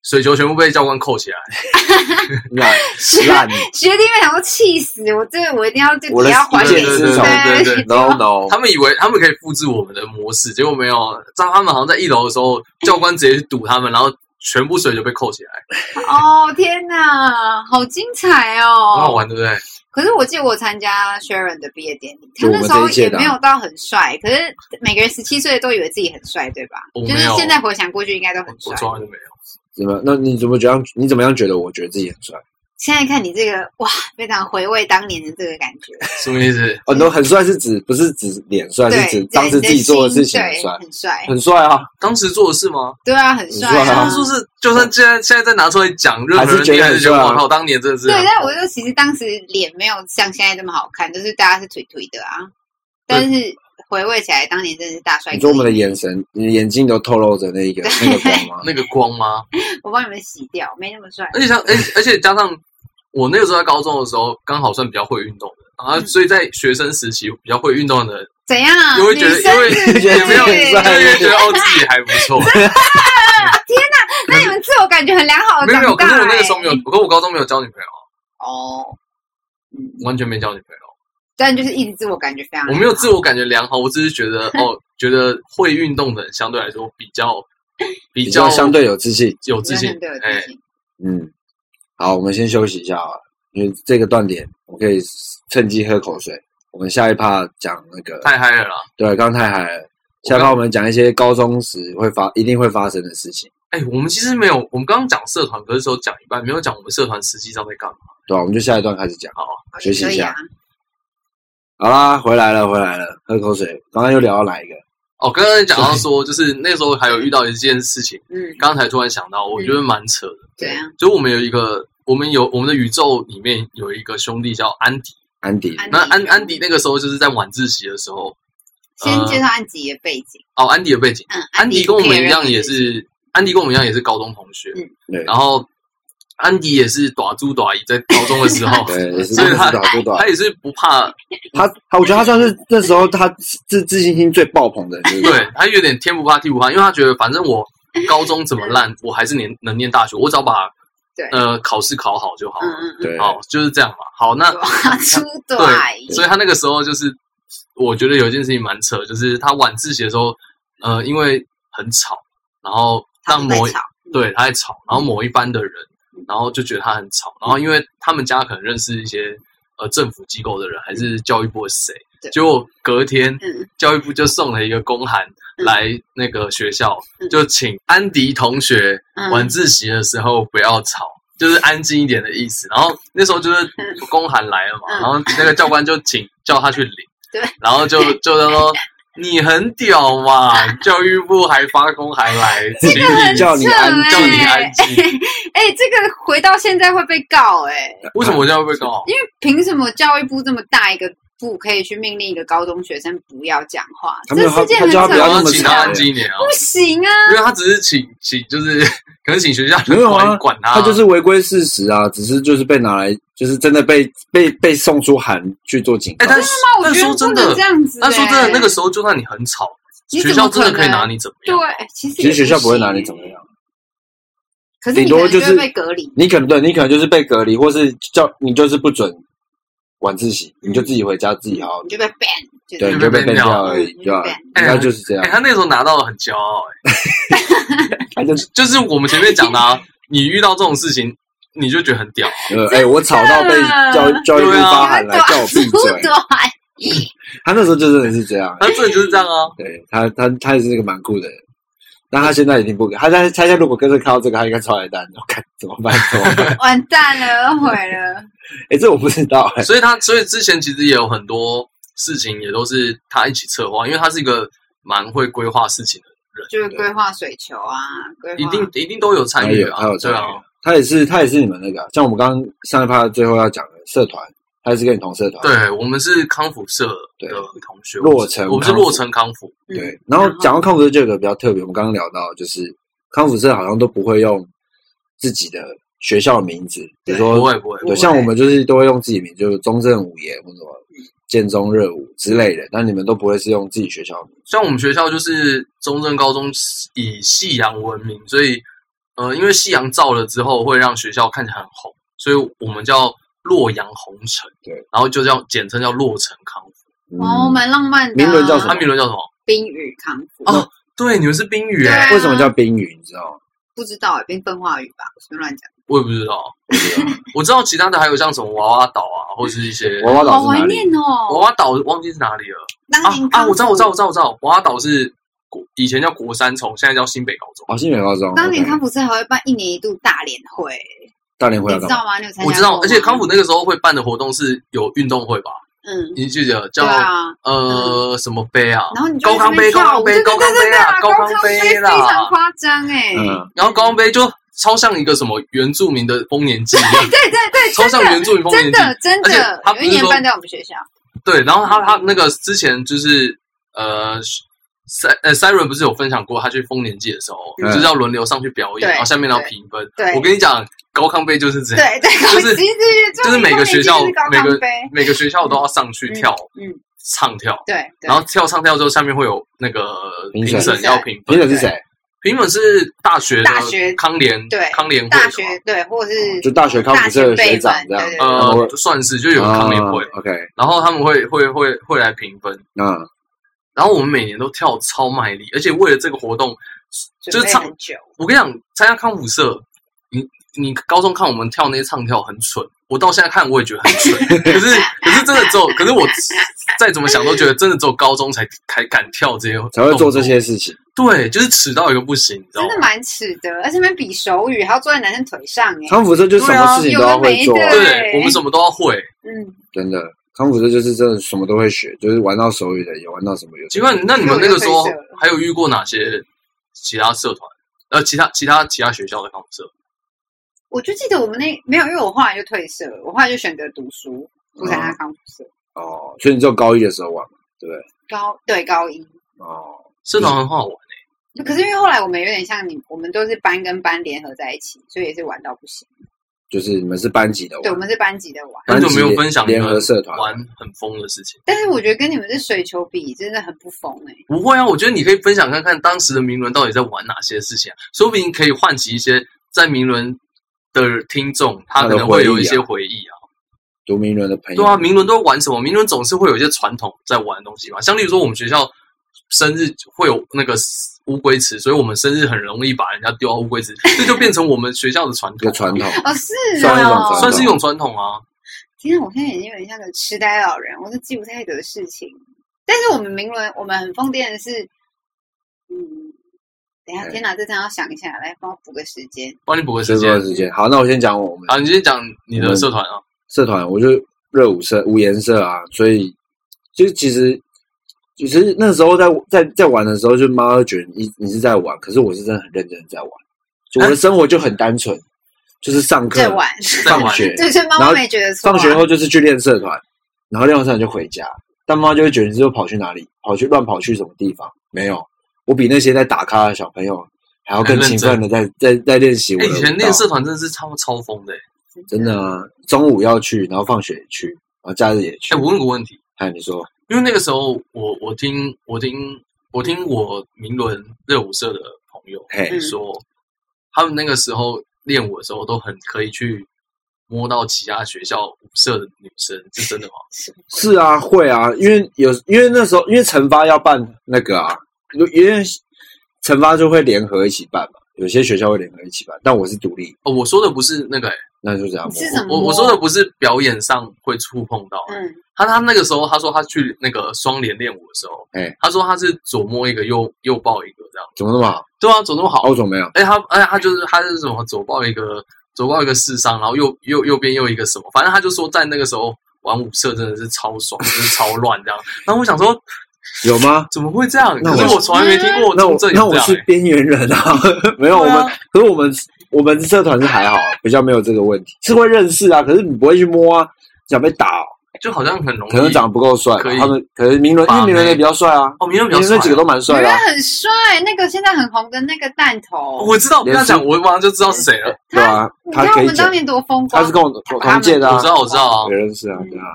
水球全部被教官扣起来。烂烂学弟妹想说气死我，这个我一定要对我的你要还给见识你少啊对 对对，no no，他们以为他们可以复制我们的模式，结果没有。在他们好像在一楼的时候，教官直接去堵他们，然后全部水球被扣起来，哦天哪，好精彩很哦！好玩，对不对？可是我记得我参加 Sharon 的毕业典礼，他就我那们时候这一届也的啊没有到很帅，可是每个人十七岁都以为自己很帅，对吧我？就是没有现在回想过去，应该都很我帅。抓了就没有。怎么？那你怎么觉得？你怎么样觉得？我觉得自己很帅，现在看你这个哇，非常回味当年的这个感觉，什么意思？很哦多很帅是指不是指脸帅，对，是指对当时自己做的事情你心很对帅，很帅，很帅啊，当时做的事吗？对啊，很帅很帅啊啊当。初是，就算现在现在再拿出来讲，任何人听还是觉得啊哇靠，当年真的是对，但我就其实当时脸没有像现在这么好看，就是大家是腿腿的啊。但是回味起来，当年真的是大帅哥。你说我们的眼神、你的眼睛都透露着那 一个那个光芒，那个光吗？我帮你们洗掉，没那么帅。而且像而且而且加上我那个时候在高中的时候，刚好算比较会运动的，然后所以在学生时期比较会运动的人，怎样嗯啊？就会女觉得生因为是不是也没有就很帅会觉得哦自己还不错。那你们自我感觉很良好的没有长没有，可大、是欸。我那个时候没有，可是我高中没有交女朋友，哦，嗯，完全没交女朋友。但就是一直自我感觉非常良好。我没有自我感觉良好，我只是觉 得哦，觉得会运动的人相对来说比较比比较较相对有自信。有我自信，对有哎自，信。嗯，好，我们先休息一下啊，因为这个断点，我可以趁机喝口水。我们下一趴讲那个，太嗨了啦！对，啊刚刚太嗨了。我下刚一趴我们讲一些高中时会发一定会发生的事情，哎，我们其实没有，我们刚刚讲社团，可是说讲一半，没有讲我们社团实际上在干嘛。对啊吧、我们就下一段开始讲。好学习一可以下啊。好啦，回来了，回来了，喝口水。刚刚又聊到哪一个？哦，刚刚讲到说，就是那时候还有遇到一件事情，嗯，刚才突然想到，我觉得蛮扯的。怎样？就我们有一个，我们有我们的宇宙里面有一个兄弟叫安迪，安迪，安那安安迪那个时候就是在晚自习的时候，先介绍安吉的背景。哦，安迪的背景，嗯，呃安迪跟我们一样也不 care 任何事情，是，安迪跟我们一样也是高中同学，嗯对，然后安迪也是短猪短姨，在高中的时候 对，也是 所以认识他导不导他。也是不怕，他他，我觉得他算是那时候他自自信心最爆棚的，就是对他有点天不怕地不怕，因为他觉得反 正我高中怎么烂，我还是能能念大学，我只要把对呃考试考好就好嗯了，嗯 对，好就是这样嘛。好，那嗯，哇，出短对，所以他那个时候就是，我觉得有一件事情蛮扯，就是他晚自习的时候，呃，因为很吵，然后让某一吵，嗯对他在吵，然后某一班的人，然后就觉得他很吵，然后因为他们家可能认识一些呃政府机构的人，还是教育部的谁嗯对，结果隔天嗯，教育部就送了一个公函嗯来那个学校，嗯就请安迪同学嗯晚自习的时候不要吵，就是安静一点的意思。然后那时候就是公函来了嘛，嗯然后那个教官就请叫他去领， 对，然后就就说你很屌 嘛，教育部还发公函来，请你叫你安很扯叫欸你安静。哎、这个回到现在会被告哎、为什么我这样会被告？因为凭什么教育部这么大一个部可以去命令一个高中学生不要讲话？他没有这是件很他他叫他扯不要然那后么请他吵安静一点啊，不行啊！因为他只是请请就是 可能请学校没有啊管管他，他就是违规事实啊，只是就是被拿来，就是真的被被被送出函去做警告。哎，但是那我但觉得说不真能的这，样子、欸。但说真的，那个时候就算你很吵，你学怎校么真的可以能拿你怎么对哎样？，其实其实学校不会拿你走，怎么样，可是你顶多可能就会是被隔离。你可能对你可能就是被隔离，或是叫你就是不准晚自习，你就自己回家自己好好你。就被 ban，就是对，就你被就被 ban 变掉掉了而已嗯，对吧就被？应 ban 该就是这样啊哎、。他那时候拿到了很骄傲、哎，他就就是我们前面讲 的、啊，你遇到这种事情，你就觉得很屌。呃，哎，我吵到被教教育部对啊发函来叫我闭嘴。短，他那时候就真的是这样，他真的就是这样啊，对他，他他也是一个蛮酷的人。但他现在已经不敢，他在他现在如果跟着看到这个，他应该超爱蛋，我看怎么办？怎么办？ 完蛋 了，毁了。哎、这我不知道、哎，所以他所以之前其实也有很多事情也都是他一起策划，因为他是一个蛮会规划事情的就是规划水球啊，规人，一划定一定都有参他与有啊，他有参对与，啊，他也是他也是你们那个，啊像我们刚刚上一趴最后要讲的社团，他也是跟你同社团，对我们是康复社的对同学，洛城我们是康复洛城康复，对。然嗯后讲到康复社就有个比较特别，我们刚刚聊到就是康复社好像都不会用自己的学校的名字，比如不说会不会，对，像我们就是都会用自己的名字，就是中正五爷或者什么建中热舞之类的，但你们都不会是用自己学校的名字，像我们学校就是中正高中以夕阳闻名，所以呃，因为夕阳照了之后会让学校看起来很红，所以我们叫洛阳红城，对，然后就叫简称叫洛城康复。哦，嗯蛮浪漫的啊。名人叫什么他名人叫什么？冰雨康复哦对，你们是冰雨对哎、啊为什么叫冰雨？你 知道吗？不知道欸，冰分化雨吧，随便乱讲。我也不知道，我知道其他的还有像什么娃娃岛啊，或是一些娃娃好岛是怀哪里念？哦，娃娃岛，忘记是哪里了当啊年啊！康我知道，我知道，我复，知道，我知道，娃娃岛是国以前叫国三重，现在叫新北高中。哦，新北高中。当年 OK 康复社还会办一年一度大联会，大连回来你知干嘛？道吗？你有参加？我知道，而且康复，那个时候会办的活动是有运动会吧？嗯，你记得对叫啊，呃什么杯啊？然后你就高在那康边杯，高跳康舞杯，对对高康对杯对啊，高康杯非常啦。夸张哎，嗯，然后高康杯就超像一个什么原住民的丰年祭一样，对对 对，超像原住民丰真年祭。的真而且的他，不有是一年说办在我们学校，对，然后他他那个之前就是呃。塞呃，Siren 不是有分享过，他去丰年祭的时候，嗯就是要轮流上去表演，对然后下面要对评分。对我跟你讲，高康杯就是这样，对对，就是其实就是每个学校就是高每康个杯每个学校都要上去跳、嗯，嗯唱跳，对，对然后跳唱跳之后，下面会有那个评评审审要评评分。审是谁？评审是大学的大学康联对康联会大的嘛学对，或者是就大学康复社的学长这样大前辈们对对。对他们呃会算是就有康联会，啊 OK，然后他们会会会会来评分，嗯，然后我们每年都跳超卖力，而且为了这个活动，就准是备唱很久，我跟你讲，参加康复社，你你高中看我们跳那些唱跳很蠢，我到现在看我也觉得很 蠢。可是可是真的只有，可是我再怎么想都觉得真的只有高中才才敢跳这些，才会做这。些事情。对，就是迟到一个不行，你知道真吗的？蛮耻的，而且那边比手语，还要坐在男生腿上哎，康复社就是什么事情都要会做对啊，啊有的没的对我们什么都要会。嗯，真的。康复社就是真的什么都会学，就是玩到手语的，也玩到什么有。请问，那你们那个时候这个我就退社了还有遇过哪些其他社团？呃，其他其他其他学校的康复社？我就记得我们那没有，因为我后来就退社了，我后来就选择读书，不参加康复社，哦，所以你只有高一的时候玩嘛，对不对？高对高一。哦，社团很好玩，可是因为后来我们有点像你，我们都是班跟班联合在一起，所以也是玩到不行。就是你们是班级的玩，对，我们是班级的玩，班级很久没有分享联合社团玩很疯的事情。但是我觉得跟你们这水球比，真的很不疯哎、不会啊，我觉得你可以分享看看当时的名人到底在玩哪些事情、啊，说不定可以唤起一些在名人的听众，他可能会有一些回忆啊。读名人的朋友。对啊，名人都玩什么？名人总是会有一些传统在玩的东西嘛。像例如说，我们学校生日会有那个乌龟池，所以我们生日很容易把人家丢到乌龟池，这就变成我们学校的传一个统，传统，哦，是算一种传哦，统算是一种传统啊。天啊，我现在已经有点像个痴呆老人，我都记不太得事情。但是我们名伦，我们很疯癫的是，嗯，等一下，对天哪，这真的要想一下，来帮我补个时间。帮你补个这时间段时间。好，那我先讲我们啊，你先讲你的社团啊。社团，我就热舞社、舞颜社啊，所以就其实其实那时候在在在玩的时候，就妈会觉得你你是在玩，可是我是真的很认真地在玩，就我的生活就很单纯，就是上课这、晚，放学， 这是妈然妈后没觉得错、啊。放学后就是去练社团，然后练完社团就回家，但妈就会觉得你是不是跑去哪里，跑去乱跑去什么地方？没有，我比那些在打咖的小朋友还要更勤奋的在在在练习我哎、的舞蹈。以前练社团真的是超超疯的、欸。真的啊，中午要去，然后放学也去，然后假日也去。哎、我问个问题，哎，你说，因为那个时候我我听我听我听我明伦热舞社的朋友嘿，嗯说，他们那个时候练舞的时候都很可以去摸到其他学校舞社的女生，是真的吗？是啊，会啊，因为有，因为那时候因为惩罚要办那个啊，有因为惩罚就会联合一起办嘛，有些学校会联合一起办，但我是独立，哦，我说的不是那个、欸，那就这样你。是我怎么我摸我说的不是表演上会触碰到、嗯，他他那个时候他说他去那个双联练舞的时候，嗯哎他说他是左摸一个右右抱一个这样，怎么那么好？对啊，左那么好啊，我怎么没有？哎，他哎，他就是他是什么左抱一个左抱一个视商，然后右右右边又一个什么，反正他就说在那个时候玩舞社真的是超爽，就是超乱这样。然后我想说有吗？怎么会这样？那我可是我从来没听过那中我正那有这我样、是哎边缘人啊， 没有我对们啊，可是我们我们社团是还好，啊比较没有这个问题，是会认识啊，可是你不会去摸啊，想被打、哦，就好像很容易。可能长得不够帅吧可以，他们可能名伦，因为名伦也比较帅啊，哦，明天比名伦较帅、那几个都蛮有帅的人啊、很帅，那个现在很红的那个弹头，哦我知道，不要连讲，是我马上就知道是谁了。对啊，你他看可我以们讲当，年多风光，他是跟我同他同届的啊他们我知道，我知道啊也。认识啊，嗯对啊，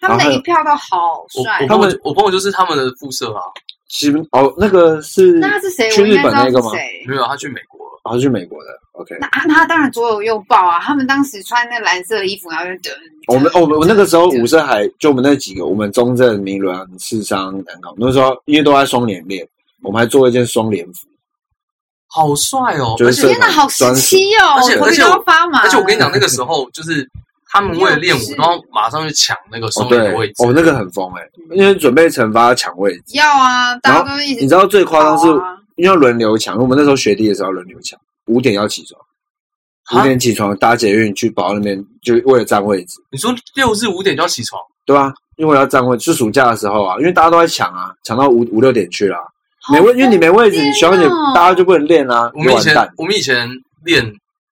他们然那后一票都好我帅我。他朋友们就我朋友就是他们的副社啊，其实哦，那个是那他是谁？去我应日该本那知个道吗是？谁。没有他去美国了。哦他去美国的，OK，那那他当然左拥右抱啊！他们当时穿那蓝色的衣服，然后就噔。我们哦，我们我那个时候对武社还就我们那几个，我们中正、明伦、赤商、南港，那时候因为都在双联练，我们还做一件双联服，好帅哦！就而是且社天哪，团好时专属。期哦！而且我而且头皮我都要发麻了。而且我跟你讲，那个时候就是他们为了练很幼舞，稚然后马上去抢那个哦双对联的位，置。哦那个很疯哎、因为准备惩罚抢位置，要啊，大家都一直你知道最夸张是跑啊因为要轮流抢，我们那时候学弟的时候要轮流抢，五点要起床，五点起床搭捷运去保安那边，就为了占位置，你说六日五点就要起床，对吧、因为要占位，是暑假的时候啊，因为大家都在抢啊，抢到五五六点去啦、没位，因为你没位置，你学小长姐大家家就不能练啦、我们以完前蛋。我们以前练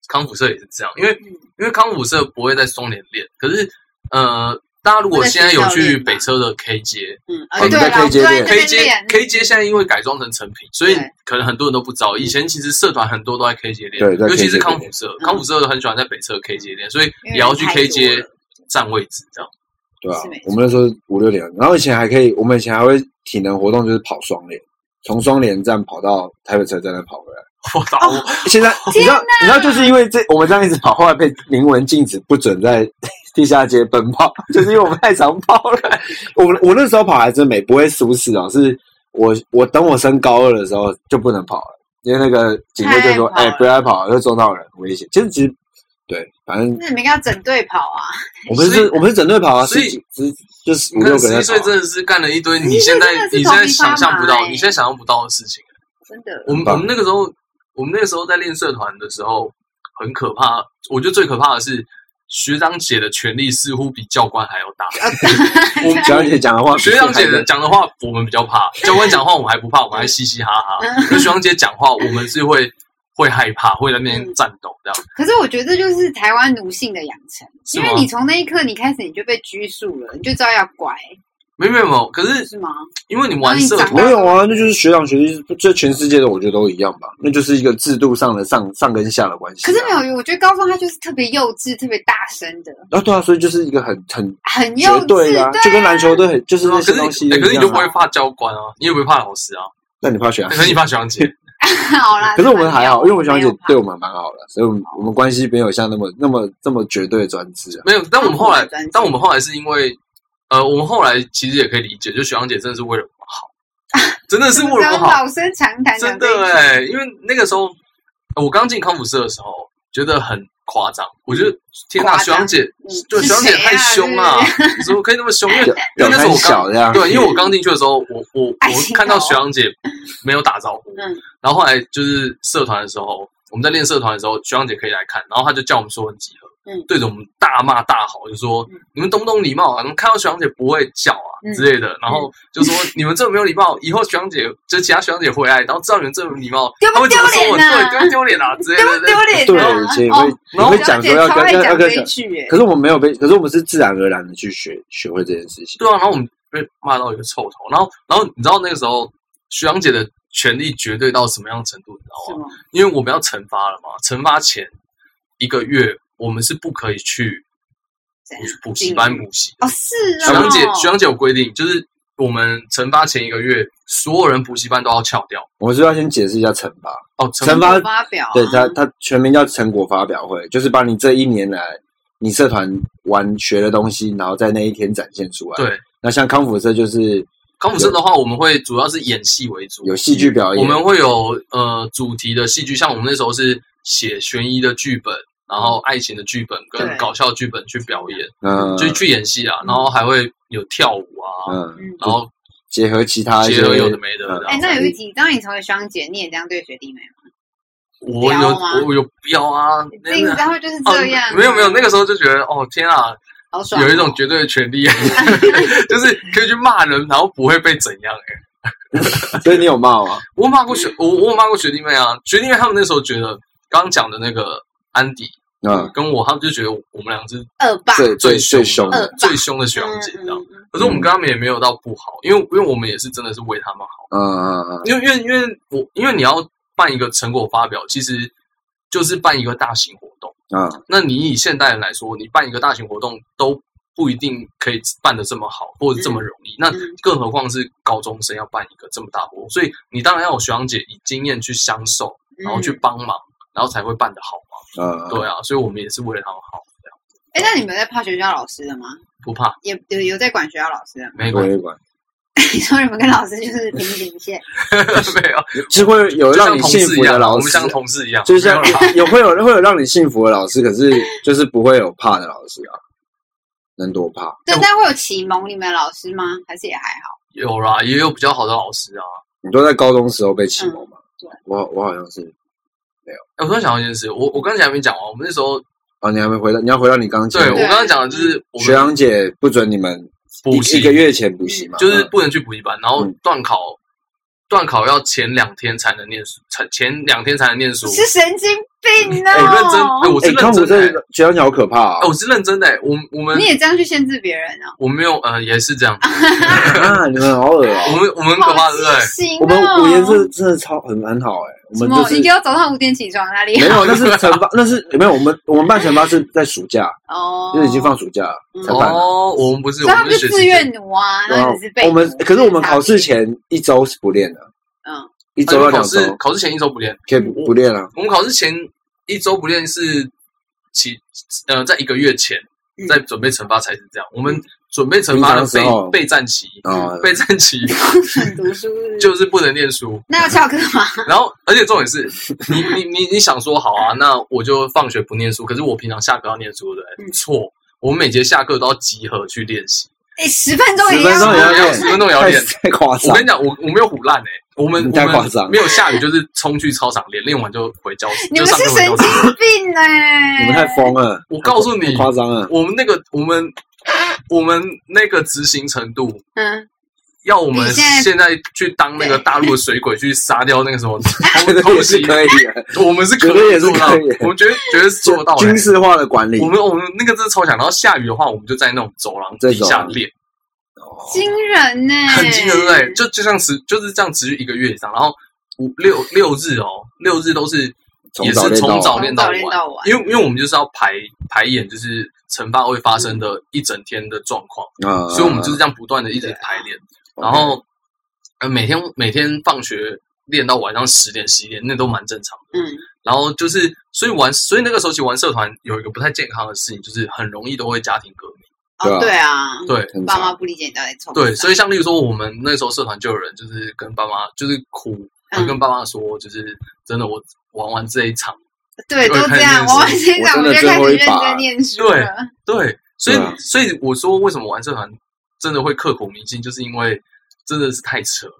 康复社也是这样，因为嗯因为康复社不会在双连练，可是呃，大家如果现在有去北车的 K 街嗯，我哦们对在了， K 我街就在练那，K 边街练 K 街现在因为改装成成品，所以对可能很多人都不知道，以前其实社团很多都在 K 街对练在，尤其 KJ 是练康复社，嗯康复社很喜欢在北车 K 街练，所以也要去因为 K 人太多了街占位置这样。对啊是没，错我们那时候五六点，然后以前还可以，我们以前还会体能活动，就是跑双联，从双联站跑到台北车站再跑回来。我操！哦我现在哦你知道，你知道，就是因为这我们这样一直跑，后来被明文禁止不准在地下街奔跑，就是因为我们太常跑 了。我我那时候跑还真没不会舒适哦，是我我等我升高二的时候就不能跑了，因为那个警卫就说：“太爱跑哎、了不要再跑，又撞到人，危险。”其实其实对，反正那你们要整队跑啊！我们是所以我们是整队跑啊，所以十几十就是你五六个看十人在一岁跑啊。真的是干了一堆11你现在岁真的是你现在头皮发麻想象不到，欸你现在想象不到的事情。真的，我们棒我们那个时候，我们那个时候在练社团的时候很可怕。我觉得最可怕的是学长姐的权力似乎比教官还要大。我们学长姐啊讲的话，学 长姐的讲的话我们比较怕，教官讲话我们还不怕，我们还嘻嘻哈哈。可是学长姐讲话，我们是会会害怕，会在那边战斗这样。可是我觉得这就是台湾奴性的养成，是因吗为你从那一刻你开始你就被拘束了，你就知道要拐，没有没有没有，可是是吗？因为你玩那社你长大团，没有啊，那就是学长学弟，这全世界的我觉得都一样吧，那就是一个制度上的上上跟下的关系、啊可是没有，我觉得高中他就是特别幼稚、特别大声的，有啊，对啊，所以就是一个很很很绝幼稚，对对啊，就跟篮球队很就是对那啊可些是东西你一哎可是你就样不会啊。怕教官啊，你也不会怕老 师啊，那你怕学长可？是你怕学长姐。啊好啦。可是我们还好，因为我们学想长姐对我们蛮好的，所以我们我们关系没有像那么那么这么绝对专制啊。没有，但我们后他来们很专，注但我们后来是因为，呃，我们后来其实也可以理解，就学长姐真的是为了我 们好，真的是为了我们好，老生常谈，真的哎，哎、因为那个时候呃我刚进康复社的时候，觉得很夸张，我觉得天呐，嗯夸张学长姐嗯对是学长姐谁啊太凶了、怎么可以那么凶？因为表因为表那时候太我小这刚样，对，因为我刚进去的时候，我我爱心我看到头学长姐没有打招呼，嗯然后后来就是社团的时候，我们在练社团的时候，学长姐可以来看，然后他就叫我们所有人集合，嗯对着我们大骂大吼，就说、嗯你们懂不懂礼貌啊？你们看到学长姐不会叫啊、嗯之类的，然后就说、你们这没有礼貌，以后学长姐就其他学长姐回来，然后知道你们这没有礼貌，丢他不会怎么说我？丢脸啊对，丢不丢 脸啊之丢丢脸类的。对，啊以前也哦会也然后会小讲说姐要超跟爱要要讲跟这小一句，哎可是我们没有被，可是我们是自然而然的去学学会这件事情。对啊，然后我们被骂到一个臭头，然后然后你知道那个时候学长姐的权力绝对到什么样的程度，你知道是吗？吗？因为我们要惩罚了嘛，惩罚前一个月我们是不可以去怎补样补习班补习的。哦，是啊，学长姐学长姐有规定，就是我们惩罚前一个月，所有人补习班都要翘掉。我是要先解释一下惩罚，哦，惩罚发表啊，对他他全名叫成果发表会，就是把你这一年来你社团玩学的东西，然后在那一天展现出来。，对那像康复社就是康复社的话，我们会主要是演戏为主，有戏剧表演，我们会有呃主题的戏剧，像我们那时候是写悬疑的剧本，然后爱情的剧本跟对搞笑剧本去表演，嗯就是去演戏啊，然后还会有跳舞啊，嗯嗯然后结合其他一些结合有的没的啊嗯这哎样。，那有一集，当你成为学长姐，你也这样对学弟妹吗？我有标吗我有标啊，那这个个他会就是哦这样，没有没有，那个时候就觉得哦天啊，好爽哦，有一种绝对的权利， 就是可以去骂人，然后不会被怎样、欸。所以你有骂啊吗？我骂过学我我骂过学弟妹啊，学弟妹他们那时候觉得刚刚讲的那个安迪嗯，跟我，他们就觉得我们俩是恶霸，最最最最凶的的，最凶的学长姐这样。嗯可是我们跟他们也没有到不好，因为因为我们也是真的是为他们好，嗯嗯嗯，因为因为因为我因为你要办一个成果发表，其实就是办一个大型活动。嗯那你以现代人来说，你办一个大型活动都不一定可以办得这么好，或者这么容易。那嗯更何况是高中生要办一个这么大活动，所以你当然要有学长姐以经验去相授，嗯 然后去帮忙，然后才会办得好嘛。嗯，对啊，所以我们也是为了他们好，这样哎，那你们在怕学校老师的吗？不怕，也有有在管学校老师的吗？ 没关我系，也管，你说你们跟老师就是平行线， 没有，是会有就让像你同幸事一福的样，我老们师啊像，同事一样，就是像没有啦有会有会有让你幸福的老师，可是就是不会有怕的老师啊，能多怕？哎对，但会有启蒙你们的老师吗？还是也还好？ 有啦，也有比较好的老师啊，你都在高中时候被启蒙吗？嗯对我我好像是哎我突然想到一件事，我我刚才还没讲完，我们那时候哦，你还没回到，你要回到你刚刚对讲我的刚刚讲的就是我学们长姐不准你们一补一习个月前补习嘛，就是嗯不能去补习班，然后嗯断考，断考要前两天才能念书，才前两天才能念书。是神经病哎哦！我认真，哎我啊哎，是认看我真的这欸，学长姐好可怕哎 哦！我是认真的欸，我们我们你也这样去限制别人哦，我没有，呃，也是这样，啊，你们好恶哦！我们我们很可怕，对不对好？畸形哦我们五年是真的超很很好哎，我什们么就？是你给我早上五点起床，哪里没有，那是惩罚，那是没有我们我们办惩罚是在暑假，哦，就是已经放暑假了嗯才办的。哦，我们不是，所以我他们们就是学自习愿奴啊，然那后只是被我们奴可是我们考试，前一周是不练的，嗯，一生周要考两周试哎考试前一周不练，可以不不练了。啊我们考试前一周不练是其呃，在一个月前嗯在准备惩罚才是这样。我们准备惩罚的平常时备候备战期，哦备战期很读书日 就是不能念书，嗯那要翘课吗？然后，而且重点是，你你你你想说好啊，那我就放学不念书，可是我平常下课要念书，对不对？嗯错，我们每节下课都要集合去练习，哎，十分钟啊十也要分钟也要练，十分钟也要练啊太太夸我张跟。你讲，我我没有唬烂哎、我们你我太们夸张没有下雨就是冲去操场练，练完就回教室，你就们上是课神回教室。经病哎！你们太疯了！我告诉你太夸张啊了！我们那个我们我们那个执行程度，嗯，要我们你现在现在去当那个大陆的水鬼去杀掉那个 什么觉得偷 也是袭，可以的，我们是可觉得也是以做到可以的，我们绝对绝对是做到的、军事化的管理我，们我们那个真的超强，然后下雨的话，我们就在那种走廊底在走下廊练，惊人呢，很惊人，对不对？就就像持就是这样持续一个月以上，然后五六六日哦，六日都是从也早是练从到早晚。练练到哦练晚，到晚，因为因为我们就是要排排演，就是惩罚会发生的一整天的状况，啊所以我们就是这样不断的一直排练，嗯然后呃每天每天放学练到晚上十点十一点，那都蛮正常的。嗯，然后就是，所以玩，所以那个时候其实玩社团有一个不太健康的事情，就是很容易都会家庭革命。对哦啊对啊，对很爸惨妈不理解你到底冲对，所以以像例如说，我们那时候社团就有人就是跟爸妈就是哭，嗯会跟爸妈说，就是真的我玩完这一场。对我都也看这样，电视我们现在我们就开我真的最后始一认把真念书了，对，所以、对啊所以我说为什么玩社团真的会刻骨铭心，就是因为真的是太扯了。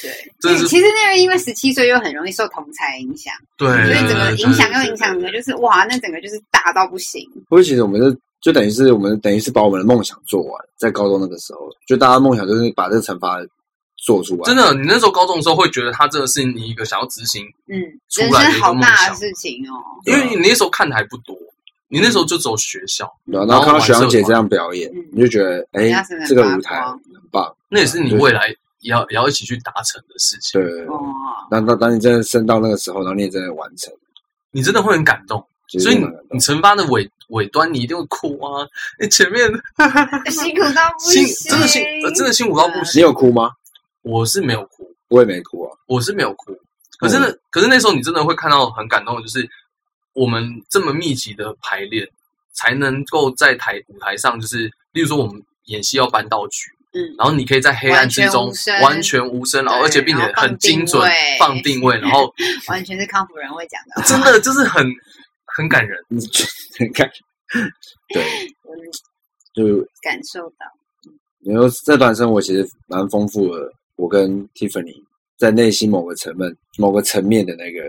对。真的是其实那个因为十七岁又很容易受同才影响，对，所对以整个影响对又影响整个，就是哇，那整个就是大到不行。不是，其实我们是就等于是我们等于是把我们的梦想做完，在高中那个时候，就大家梦想就是把这个惩罚做出来。真，的，你那时候高中的时候会觉得它真的是你一个想要执行，嗯，出来人生的一个好梦大的想事情哦。对因啊为你那时候看的还不多，你那时候就走学校，然后然后看到学长姐玩社团这样表演嗯，你就觉得哎人家是，很这个发舞台光很棒。那也是你未来也要也要一起去达成的事情。对，对对哦，当当当你真的升到那个时候，然后你也真的完成，你真的会很感动。其实所以你蛮感动你惩罚的尾尾端，你一定会哭啊！ 你前面 辛苦到不辛行，真的辛呃真的辛苦到不你行，有哭吗？我是没有哭，我也没哭啊。我是没有哭。可是呢，嗯可是那时候你真的会看到很感动的，就是我们这么密集的排练，才能够在台舞台上，就是例如说我们演戏要搬道具，嗯，然后你可以在黑暗之中完全无声完全无声，然后对而且并且然后很放定精准位放定 位，然后完全是康复人会讲的。真的就是很很感人。你觉得看，对，我能就感受到，你说这段生活其实蛮丰富的，我跟 Tiffany 在内心某个层面、某个层面的那个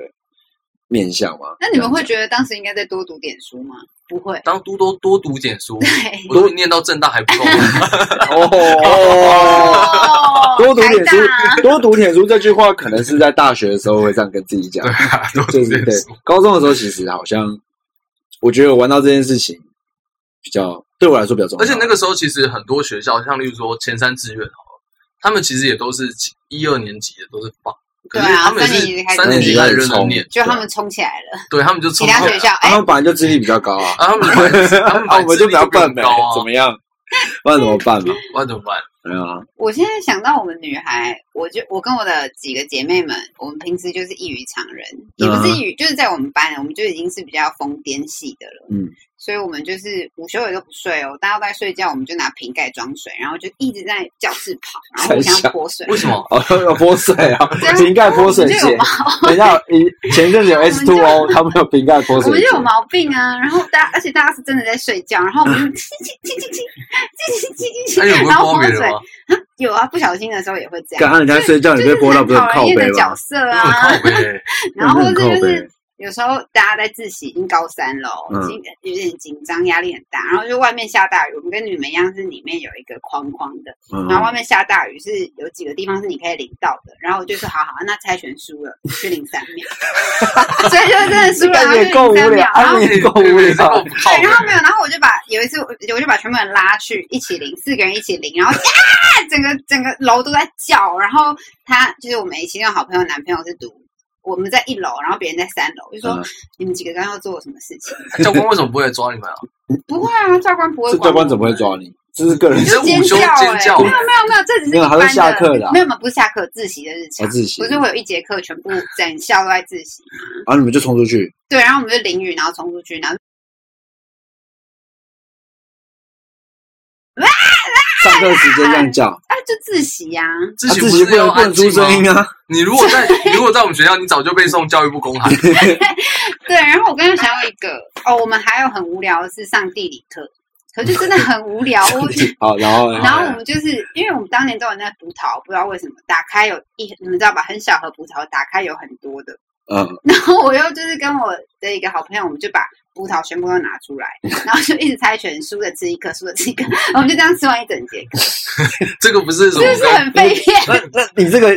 面向嘛。那你们会觉得当时应该再多读点书吗？不会，当多多多读点 书，对。我都念到正大还不够吗，哦哦， 哦 多读点台书大，多读点书这句话可能是在大学的时候会这样跟自己讲对，啊，多读就点是对书。。高中的时候其实好像，我觉得我玩到这件事情比较对我来说比较重要，而且那个时候其实很多学校，像例如说前三志愿好了，他们其实也都是一二年级的都是放，可是对啊他们也三年级是开始三年级开始认真念，就他们冲起来了，对他们就其冲他过来学校啊哎他，们本来就智力比较高啊，啊，他们本来他们啊，本我来们就比较笨呗智力就 更高，啊怎么样？不然怎么办嘛？不然怎么办？对啊，我现在想到我们女孩，我就我跟我的几个姐妹们，我们平时就是异于常人，也不是嗯异于，就是在我们班，我们就已经是比较疯癫系的了。嗯，所以我们就是午休也都不睡哦，大家都在睡觉，我们就拿瓶盖装水，然后就一直在教室跑，然后互相泼水。 为 什？么？哦，要泼水啊这样，瓶盖泼水我们就有节毛。等一下，以前阵子有 S two 哦，他们有瓶盖泼我水们节就。有毛病啊！然后大家，而且大家是真的在睡觉，然后我们就叽叽叽叽叽叽叽叽哎那你有叽，会然后帮泼别水人。吗？有啊，不小心的时候也会这样。干，人家睡觉你被泼到不是很讨靠人厌背的角吗？色我很啊， 靠北，然后 很或靠者就背是。有时候大家在自习已经高三了哦，嗯已经有点紧张，压力很大。然后就外面下大雨，我们跟你们一样是里面有一个框框的，嗯然后外面下大雨是有几个地方是你可以领到的。然后我就说好好，那猜拳输了去领三 秒，所以就真的输了，然后也就够无领三聊啊秒，，然后安妮也够无对哎这聊够。靠对，然后没有，然后我就把有一次我我就把全部人拉去一起淋，四个人一起淋，然后 啊，整个整个楼都在叫，然后他就是我们其中好朋友男朋友是读。我们在一楼，然后别人在三楼，就说、嗯你们几个刚刚做了什么事情？北教官为什么不会来抓你 们啊？不会啊，教官不会这管。教官怎么会？抓你？这是个人你就这尖午休叫尖哎、叫没有没有没有，这只是没有一还般会的下课的啊没有没有不是下课，自习的日常。哦自习不是会有一节课全部整校都在自习吗？然后啊你们就冲出去，对，然后我们就淋雨，然后冲出去，然后上课时间这样叫，啊啊就自习呀、啊。自自不习是不能要不能安出静吗声？音啊！你如果在 你如果在我们学校，你早就被送教育部公函。 对，然后我刚刚想到一个哦，我们还有很无聊的是上地理课，可是真的很无聊。我好，然后呢然后我们就是因为我们当年都有那个葡萄，不知道为什么打开有一，你们知道吧？很小盒葡萄打开有很多的，嗯，然后 我又就是跟我的一个好朋友，我们就把葡萄全部都拿 出来，然后就一直猜拳，输的吃一颗，输的吃一颗，我们就这样吃完一整 节课，这个不是什是不是么？很被骗？那那你这个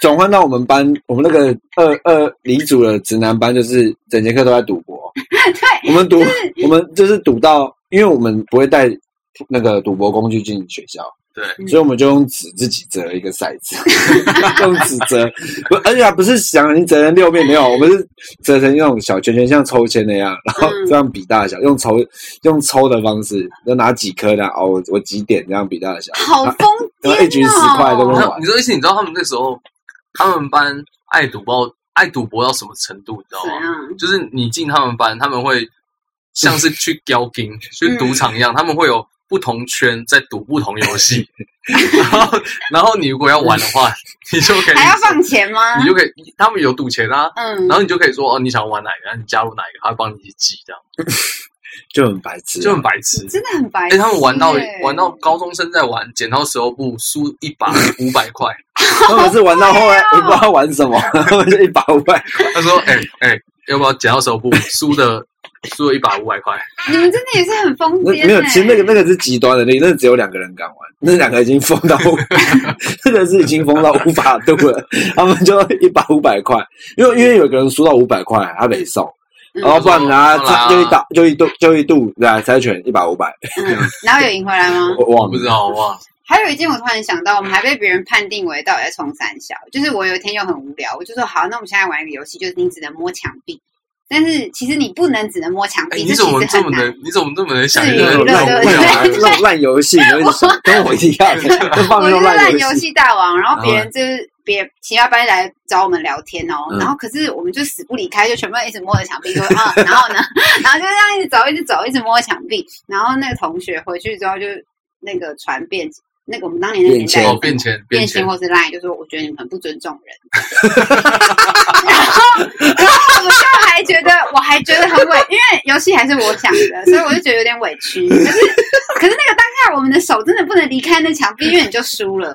转换到我们班，我们那个二二理组的直男班，就是整节课都在赌博。 对，我们赌，我们就是赌到，因为我们不会带那个赌博工具进学校，对，嗯所以我们就用纸自己折了一个骰子， 用纸折，不，而且还不是想你折成六面没有，我们是折成那种小圈圈，像抽签那样，然后嗯这样比大小，用抽用抽的方式，就拿几颗的哦，我我几点这样比大小，好疯癫啊然后一局十块都不你能知哦！道你知道意思？你知道他们那时候，他们班爱赌博，爱赌博到什么程度？你知道怎吗？样？就是你进他们班，他们会像是去 交金，去赌场一样，他们会有不同圈在赌不同 游戏。然后，然后你如果要玩的话，你就可以还要放钱吗？你就可以，他们有赌钱啊，嗯，然后你就可以说哦，你想玩哪个，然后你加入哪一个，他会帮你一起记，这样就很白啊痴、啊就很白痴。真的很白哎、痴欸。他们玩到玩到高中生在玩剪刀石头布，输一把五百块。 他们是玩到后来也不知道玩什么，他们就一把五百他说：“哎、哎、要不要剪刀石头布？输的输了一把五百块。你们真的也是很疯那癫、欸。没有，其实那个那个是极端的，那那只有两个人敢玩，那两个已经疯到， 那个是已经疯到无法度了。他们就一把五百块，因为因为有个人输到五百块，他得送，嗯然后不然拿好啦就一打就一度就一度来猜拳一把五百，嗯，然后有赢回来吗？我”我忘不知了。道哇，还有一件我突然想到，我们还被别人判定为到底在冲三小。就是我有一天又很无聊，我就说好，那我们现在玩一个游戏，就是你只能摸墙壁。但是其实你不能只能摸墙哎、壁，你这怎么其实这很么难。能？你怎么这么能想对一那个种那烂么无烂聊啊？烂烂烂游戏，我跟你讲，跟我一样，放我就那种是烂烂游游戏。戏大王，然后别啊然人就是别其他班来找我们聊天哦，嗯然后可是我们就死不离开，就全部一直摸着墙壁说 啊，然后呢，然后就这样一直走，一直走，一直摸着墙壁，然后那个同学回去之后就那个传遍，那个我们当年那个年代变哦，变钱变钱心，或是赖，就说我觉得你们很不尊重人。然后，然后我就还觉得，我还觉得很委，因为游戏还是我想的，所以我就觉得有点委屈。可是，可是那个当下，我们的手真的不能离开那墙壁，因为你就输了，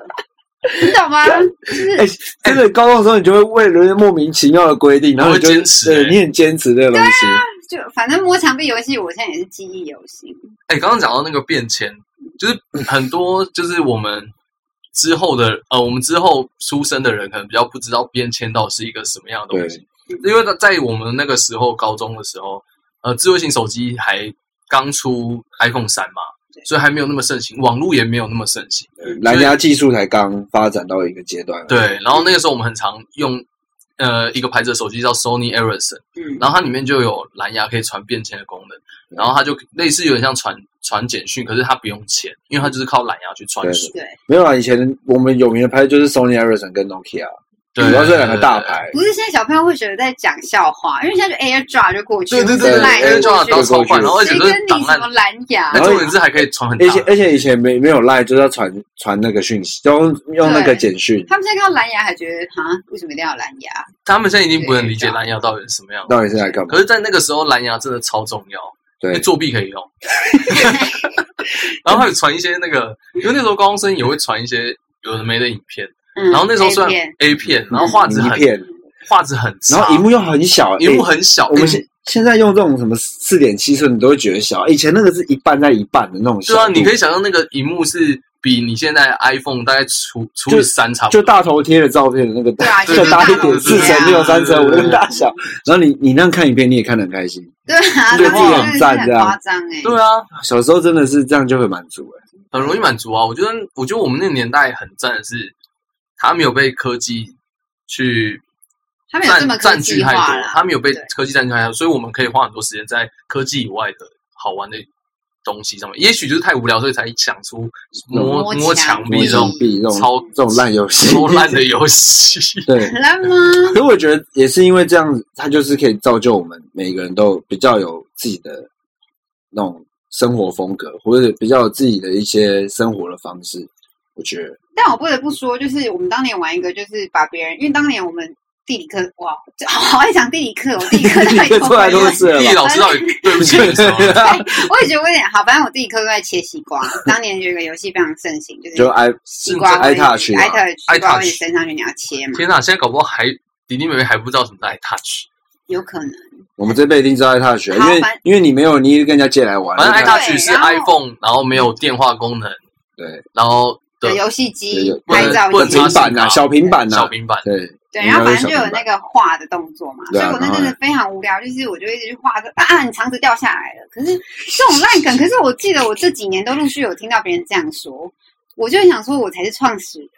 你懂吗？就是哎，真的，高中的时候你就会为了莫名其妙的规定，然后你就我会坚持对欸你很坚持这个东西。就反正摸墙壁游戏，我现在也是记忆犹新。哎、刚刚讲到那个变迁，就是很多就是我们之后的呃，我们之后出生的人可能比较不知道变迁到底是一个什么样的东西，因为在我们那个时候高中的时候，呃，智慧型手机还刚出 iPhone 三嘛，所以还没有那么盛行，网络也没有那么盛行。蓝牙技术才刚发展到一个阶段，，对，然后那个时候我们很常用呃一个牌子的手机叫 Sony Ericsson，嗯，然后它里面就有蓝牙可以传便签的功能，然后它就类似有点像传传简讯，可是它不用钱，因为它就是靠蓝牙去传输。对，没有啊，以前我们有名的牌就是 Sony Ericsson 跟 Nokia，对，主要是两个大。牌，不是现在小朋友会觉得在讲笑话，因为现在就 AirDrop 就过去，对对或对是对赖对就过，AirDrop 去对都超快，然后而且谁都是跟档你什案么，蓝牙哎，？重点是还可以传很大而。且而且以前没没有 Line 就是要传传那个讯息，都用用那个简讯，他们现在看到蓝牙还觉得啊，为什么一定要蓝牙？他们现在已经不能理解蓝牙到底是什么样。到底是在干嘛可？是，在那个时候，蓝牙真的超重要，对因为，作弊可以 用。然后还有传一些那个，因为那时候高中生也会传一些有的没的影片，嗯，然后那时候虽然 A 片，然后画质一很片画质很差，然后荧幕又很小，荧幕欸很小，我们欸现现在用这种什么四点七寸，你都会觉得小。以前那个是一半在一半的那种小对度，啊，你可以想象那个荧幕是比你现在 iPhone 大概除除以三差不就多，大头贴的照片的那个对啊大，更大一点，就是大四头贴啊乘六、三乘五那个大小。然后你你那样看一遍，你也看得很开心。对啊，对当时自己很真的是赞很这样夸张哎，对啊，小时候真的是这样就会满足哎、很容易满足啊。我觉得，我觉得我们那个年代很赞的是，它没有被科技去他们有这么占科占据技太化多，它啦。没有被对科技占据太多，所以我们可以花很多时间在科技以外的好玩的东西上面。也许就是太无聊，所以才想出摸摸摸墙墙欸，壁这种币这种超这种烂游戏，超烂的游戏。对。烂吗？可是我觉得也是因为这样子，它就是可以造就我们每个人都比较有自己的那种生活风格，或者比较有自己的一些生活的方式。我觉得但我不得不说，就是我们当年玩一个，就是把别人，因为当年我们地理课，哇，这好爱讲地理课，哦我地理课到底你多出来会都玩是了地理吧？老师哎到底 对不起你什么？我也觉得我有点好，反正我地理课都在切西瓜。当年有一个游戏非常盛行，就是就 i 西瓜爱跟踏去嘛挨踏西瓜往你啊 iTouch 身上去，你要切嘛？天哪！现在搞不好还弟弟妹妹还不知道什么是 iTouch，有可能。我们这辈一定知道爱踏学，因为好反因为你没有，你也跟人家借来玩。反正那个 iTouch 是然后 iPhone，然后没有电话功能，对然后的有游戏有机有嗯拍照不不能平插机，手板呐，啊小平板呐小，平板。对对，然后反正就有你要那个画的动作嘛，所对以啊我那阵然子非常无聊，就是我就一直去画着啊啊，你肠子掉下来了。可是这种烂梗，可是我记得我这几年都陆续有听到别人这样说，我就想说我才是创始人，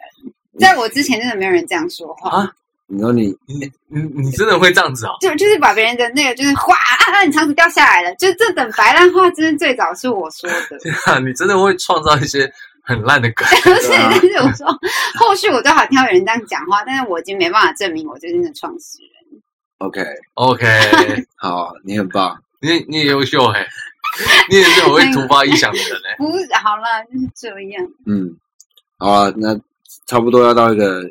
在我之前真的没有人这样说话。啊，你说你你你你真的会这样子啊？就就是把别人的那个就是哗啊啊，你肠子掉下来了，就这等白烂话，真是最早是我说 的，啊 你真的会创造一些很烂的 梗。不是，对啊但是我说后续我都好听到有人这样讲话，但是我已经没办法证明我就是那个创始人。 OK， OK，好，你很棒。你你也优秀哎、你也是很会突发异想的人 哎、不是，好了，就是这样。嗯，好啊，那差不多要到一个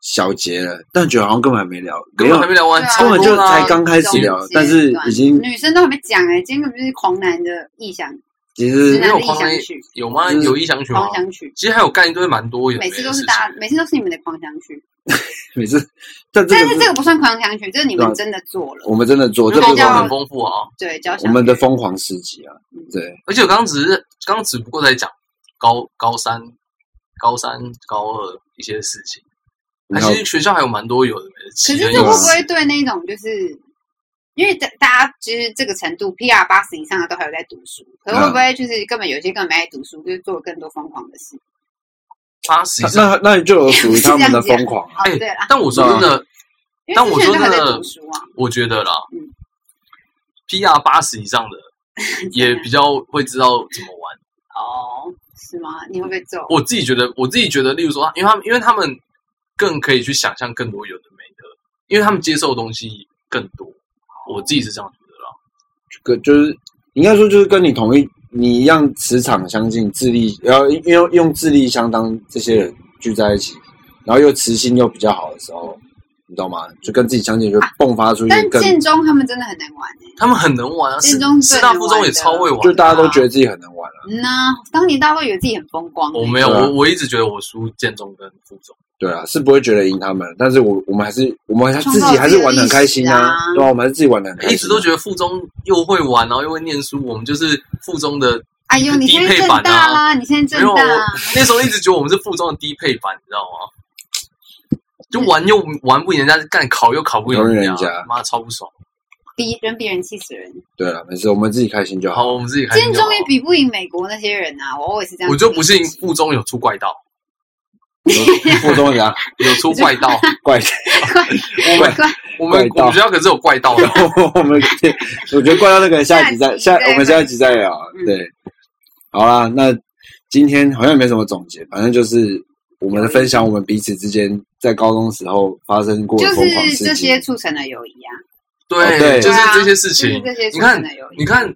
小结了，但觉得好像根本还没聊，根本还没聊完对，啊超根本就多啦才刚开始聊中，间但是已经女生都还没讲哎、今天根本就是狂男的意向，其直实男有的意狂向男曲，有吗？就是有意想曲吗狂？想曲，其实还有干一堆蛮多有的嗯每没的次都是事情大家，每次都是你们的狂想曲， 每次，但这但是个这是个不算狂想曲，这是你对啊们真的做了，我们真的做，我觉这得不工是作我很们丰富啊。对，交响我们的曲疯狂时期啊，嗯对，而且我刚刚只是刚刚只不过在讲高高三、高三、高二一些事情，还然后是学校还有蛮多有的没可的。奇是人这异会有不啊事会对那种就是，因为大大家其实这个程度 PR 八十以上的都还有在读书，啊可是会不会就是根本有些根本没爱读书，就是做更多疯狂的事？八十以上？那那就 有属于他们的疯狂哦，啊，哎对啦，但我说真的，因但为我之前说都还在真的读书啊，我觉得啦嗯，PR 八十以上的也比较会知道怎么玩。哦，是吗？你会被揍？我自己觉得，我自己觉得，例如说，因为他们，因为他们更可以去想象更多有的没的，因为他们接受的东西更多。我自己是这样觉得啦。个就是应该说就是跟你同一你一样磁场相近，智力然后用用智力相当这些人聚在一起，然后又磁性又比较好的时候，你懂吗？就跟自己相近，就迸发出一啊但个更建中他们真的很难玩哎、他们很能玩啊，建师中最师大能附中玩也的超会玩啊就的。大家都觉得自己很能玩啊了、嗯呐、当年大家都以为自己很风光、欸我没有，对啊我我一直觉得我输建中跟附中。对啊，是不会觉得赢他们，但是我我们还是我们还是自己还是玩的很开心创造自己的历史啊对啊，我们还是自己玩的很开心、一直都觉得附中又会玩，然后又会念书，我们就是附中的哎呦，你低现在配正版大啊。啦，你现在没正有，我大啊，那时候一直觉得我们是附中的低配版，你知道吗？就玩又玩不赢人家，干考又考不赢考不赢人家妈超不爽。比人比人气死人。对了，没事，我们自己开心就好，好。我们自己开建心就好中也比不赢美国那些人啊，我偶尔是这样。哎啊我就不信附中有出怪盗， 附中怎样？有出怪盗。怪，我们怪我们怪我盗们学校可是有怪 盗的。我们我觉得怪到那个下一集再下下集，再我们下一集再聊。啊嗯对，好啦，那今天好像也没什么总结，反正就是我们的分享，我们彼此之间在高中时候发生过的就疯狂是这事些情。促成了友谊啊，哦对对，就是对啊这些事就是情。这些促你看成了友谊。你，看，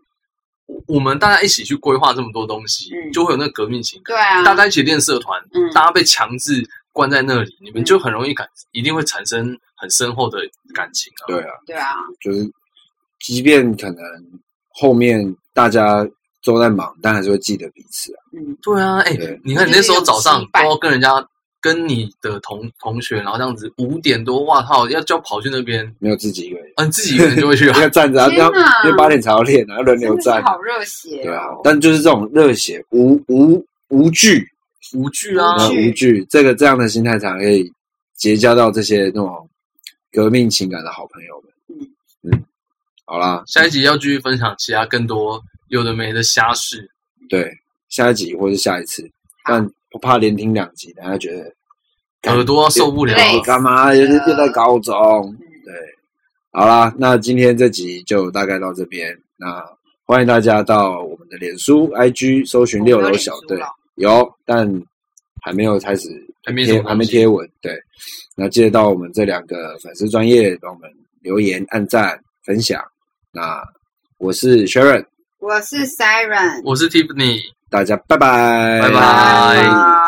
我我们大家一起去规划这么多东西，嗯就会有那个革命情感。对啊，大家一起练社团，嗯，大家被强制关在那里，你们就很容易感，一定会产生很深厚的感情啊。对啊，对啊，就是即便可能后面大家都在忙，但还是会记得彼此啊。嗯，对啊，哎、对你看你那时候早上都要跟人家跟你的同同学，然后这样子五点多，哇靠，要就要跑去那边，没有自己一个人，嗯、你自己一个人就会去 啊。要站着啊，天要哪因为八点才要练啊，要轮流真的站是，好热血对啊哦。。但就是这种热血、无无无惧，无惧啊无然，后惧无惧，这个这样的心态才可以结交到这些那种革命情感的好朋友们。嗯，好啦，下一集要继续分享其他更多有的没的瞎事。对，下一集或是下一次，但不怕连听两集，大家觉得耳朵要受不了啊累你哎干嘛？又是又在高中，对，好啦，那今天这集就大概到这边。那欢迎大家到我们的脸书、IG 搜寻六楼小队，有，但还没有开始还没什贴么东西还没贴文，对。那记得到我们这两个粉丝专业，帮我们留言、按赞、分享。那我是 Sharon，我是 Siren，我是 Tiffany，大家拜拜，拜拜拜拜。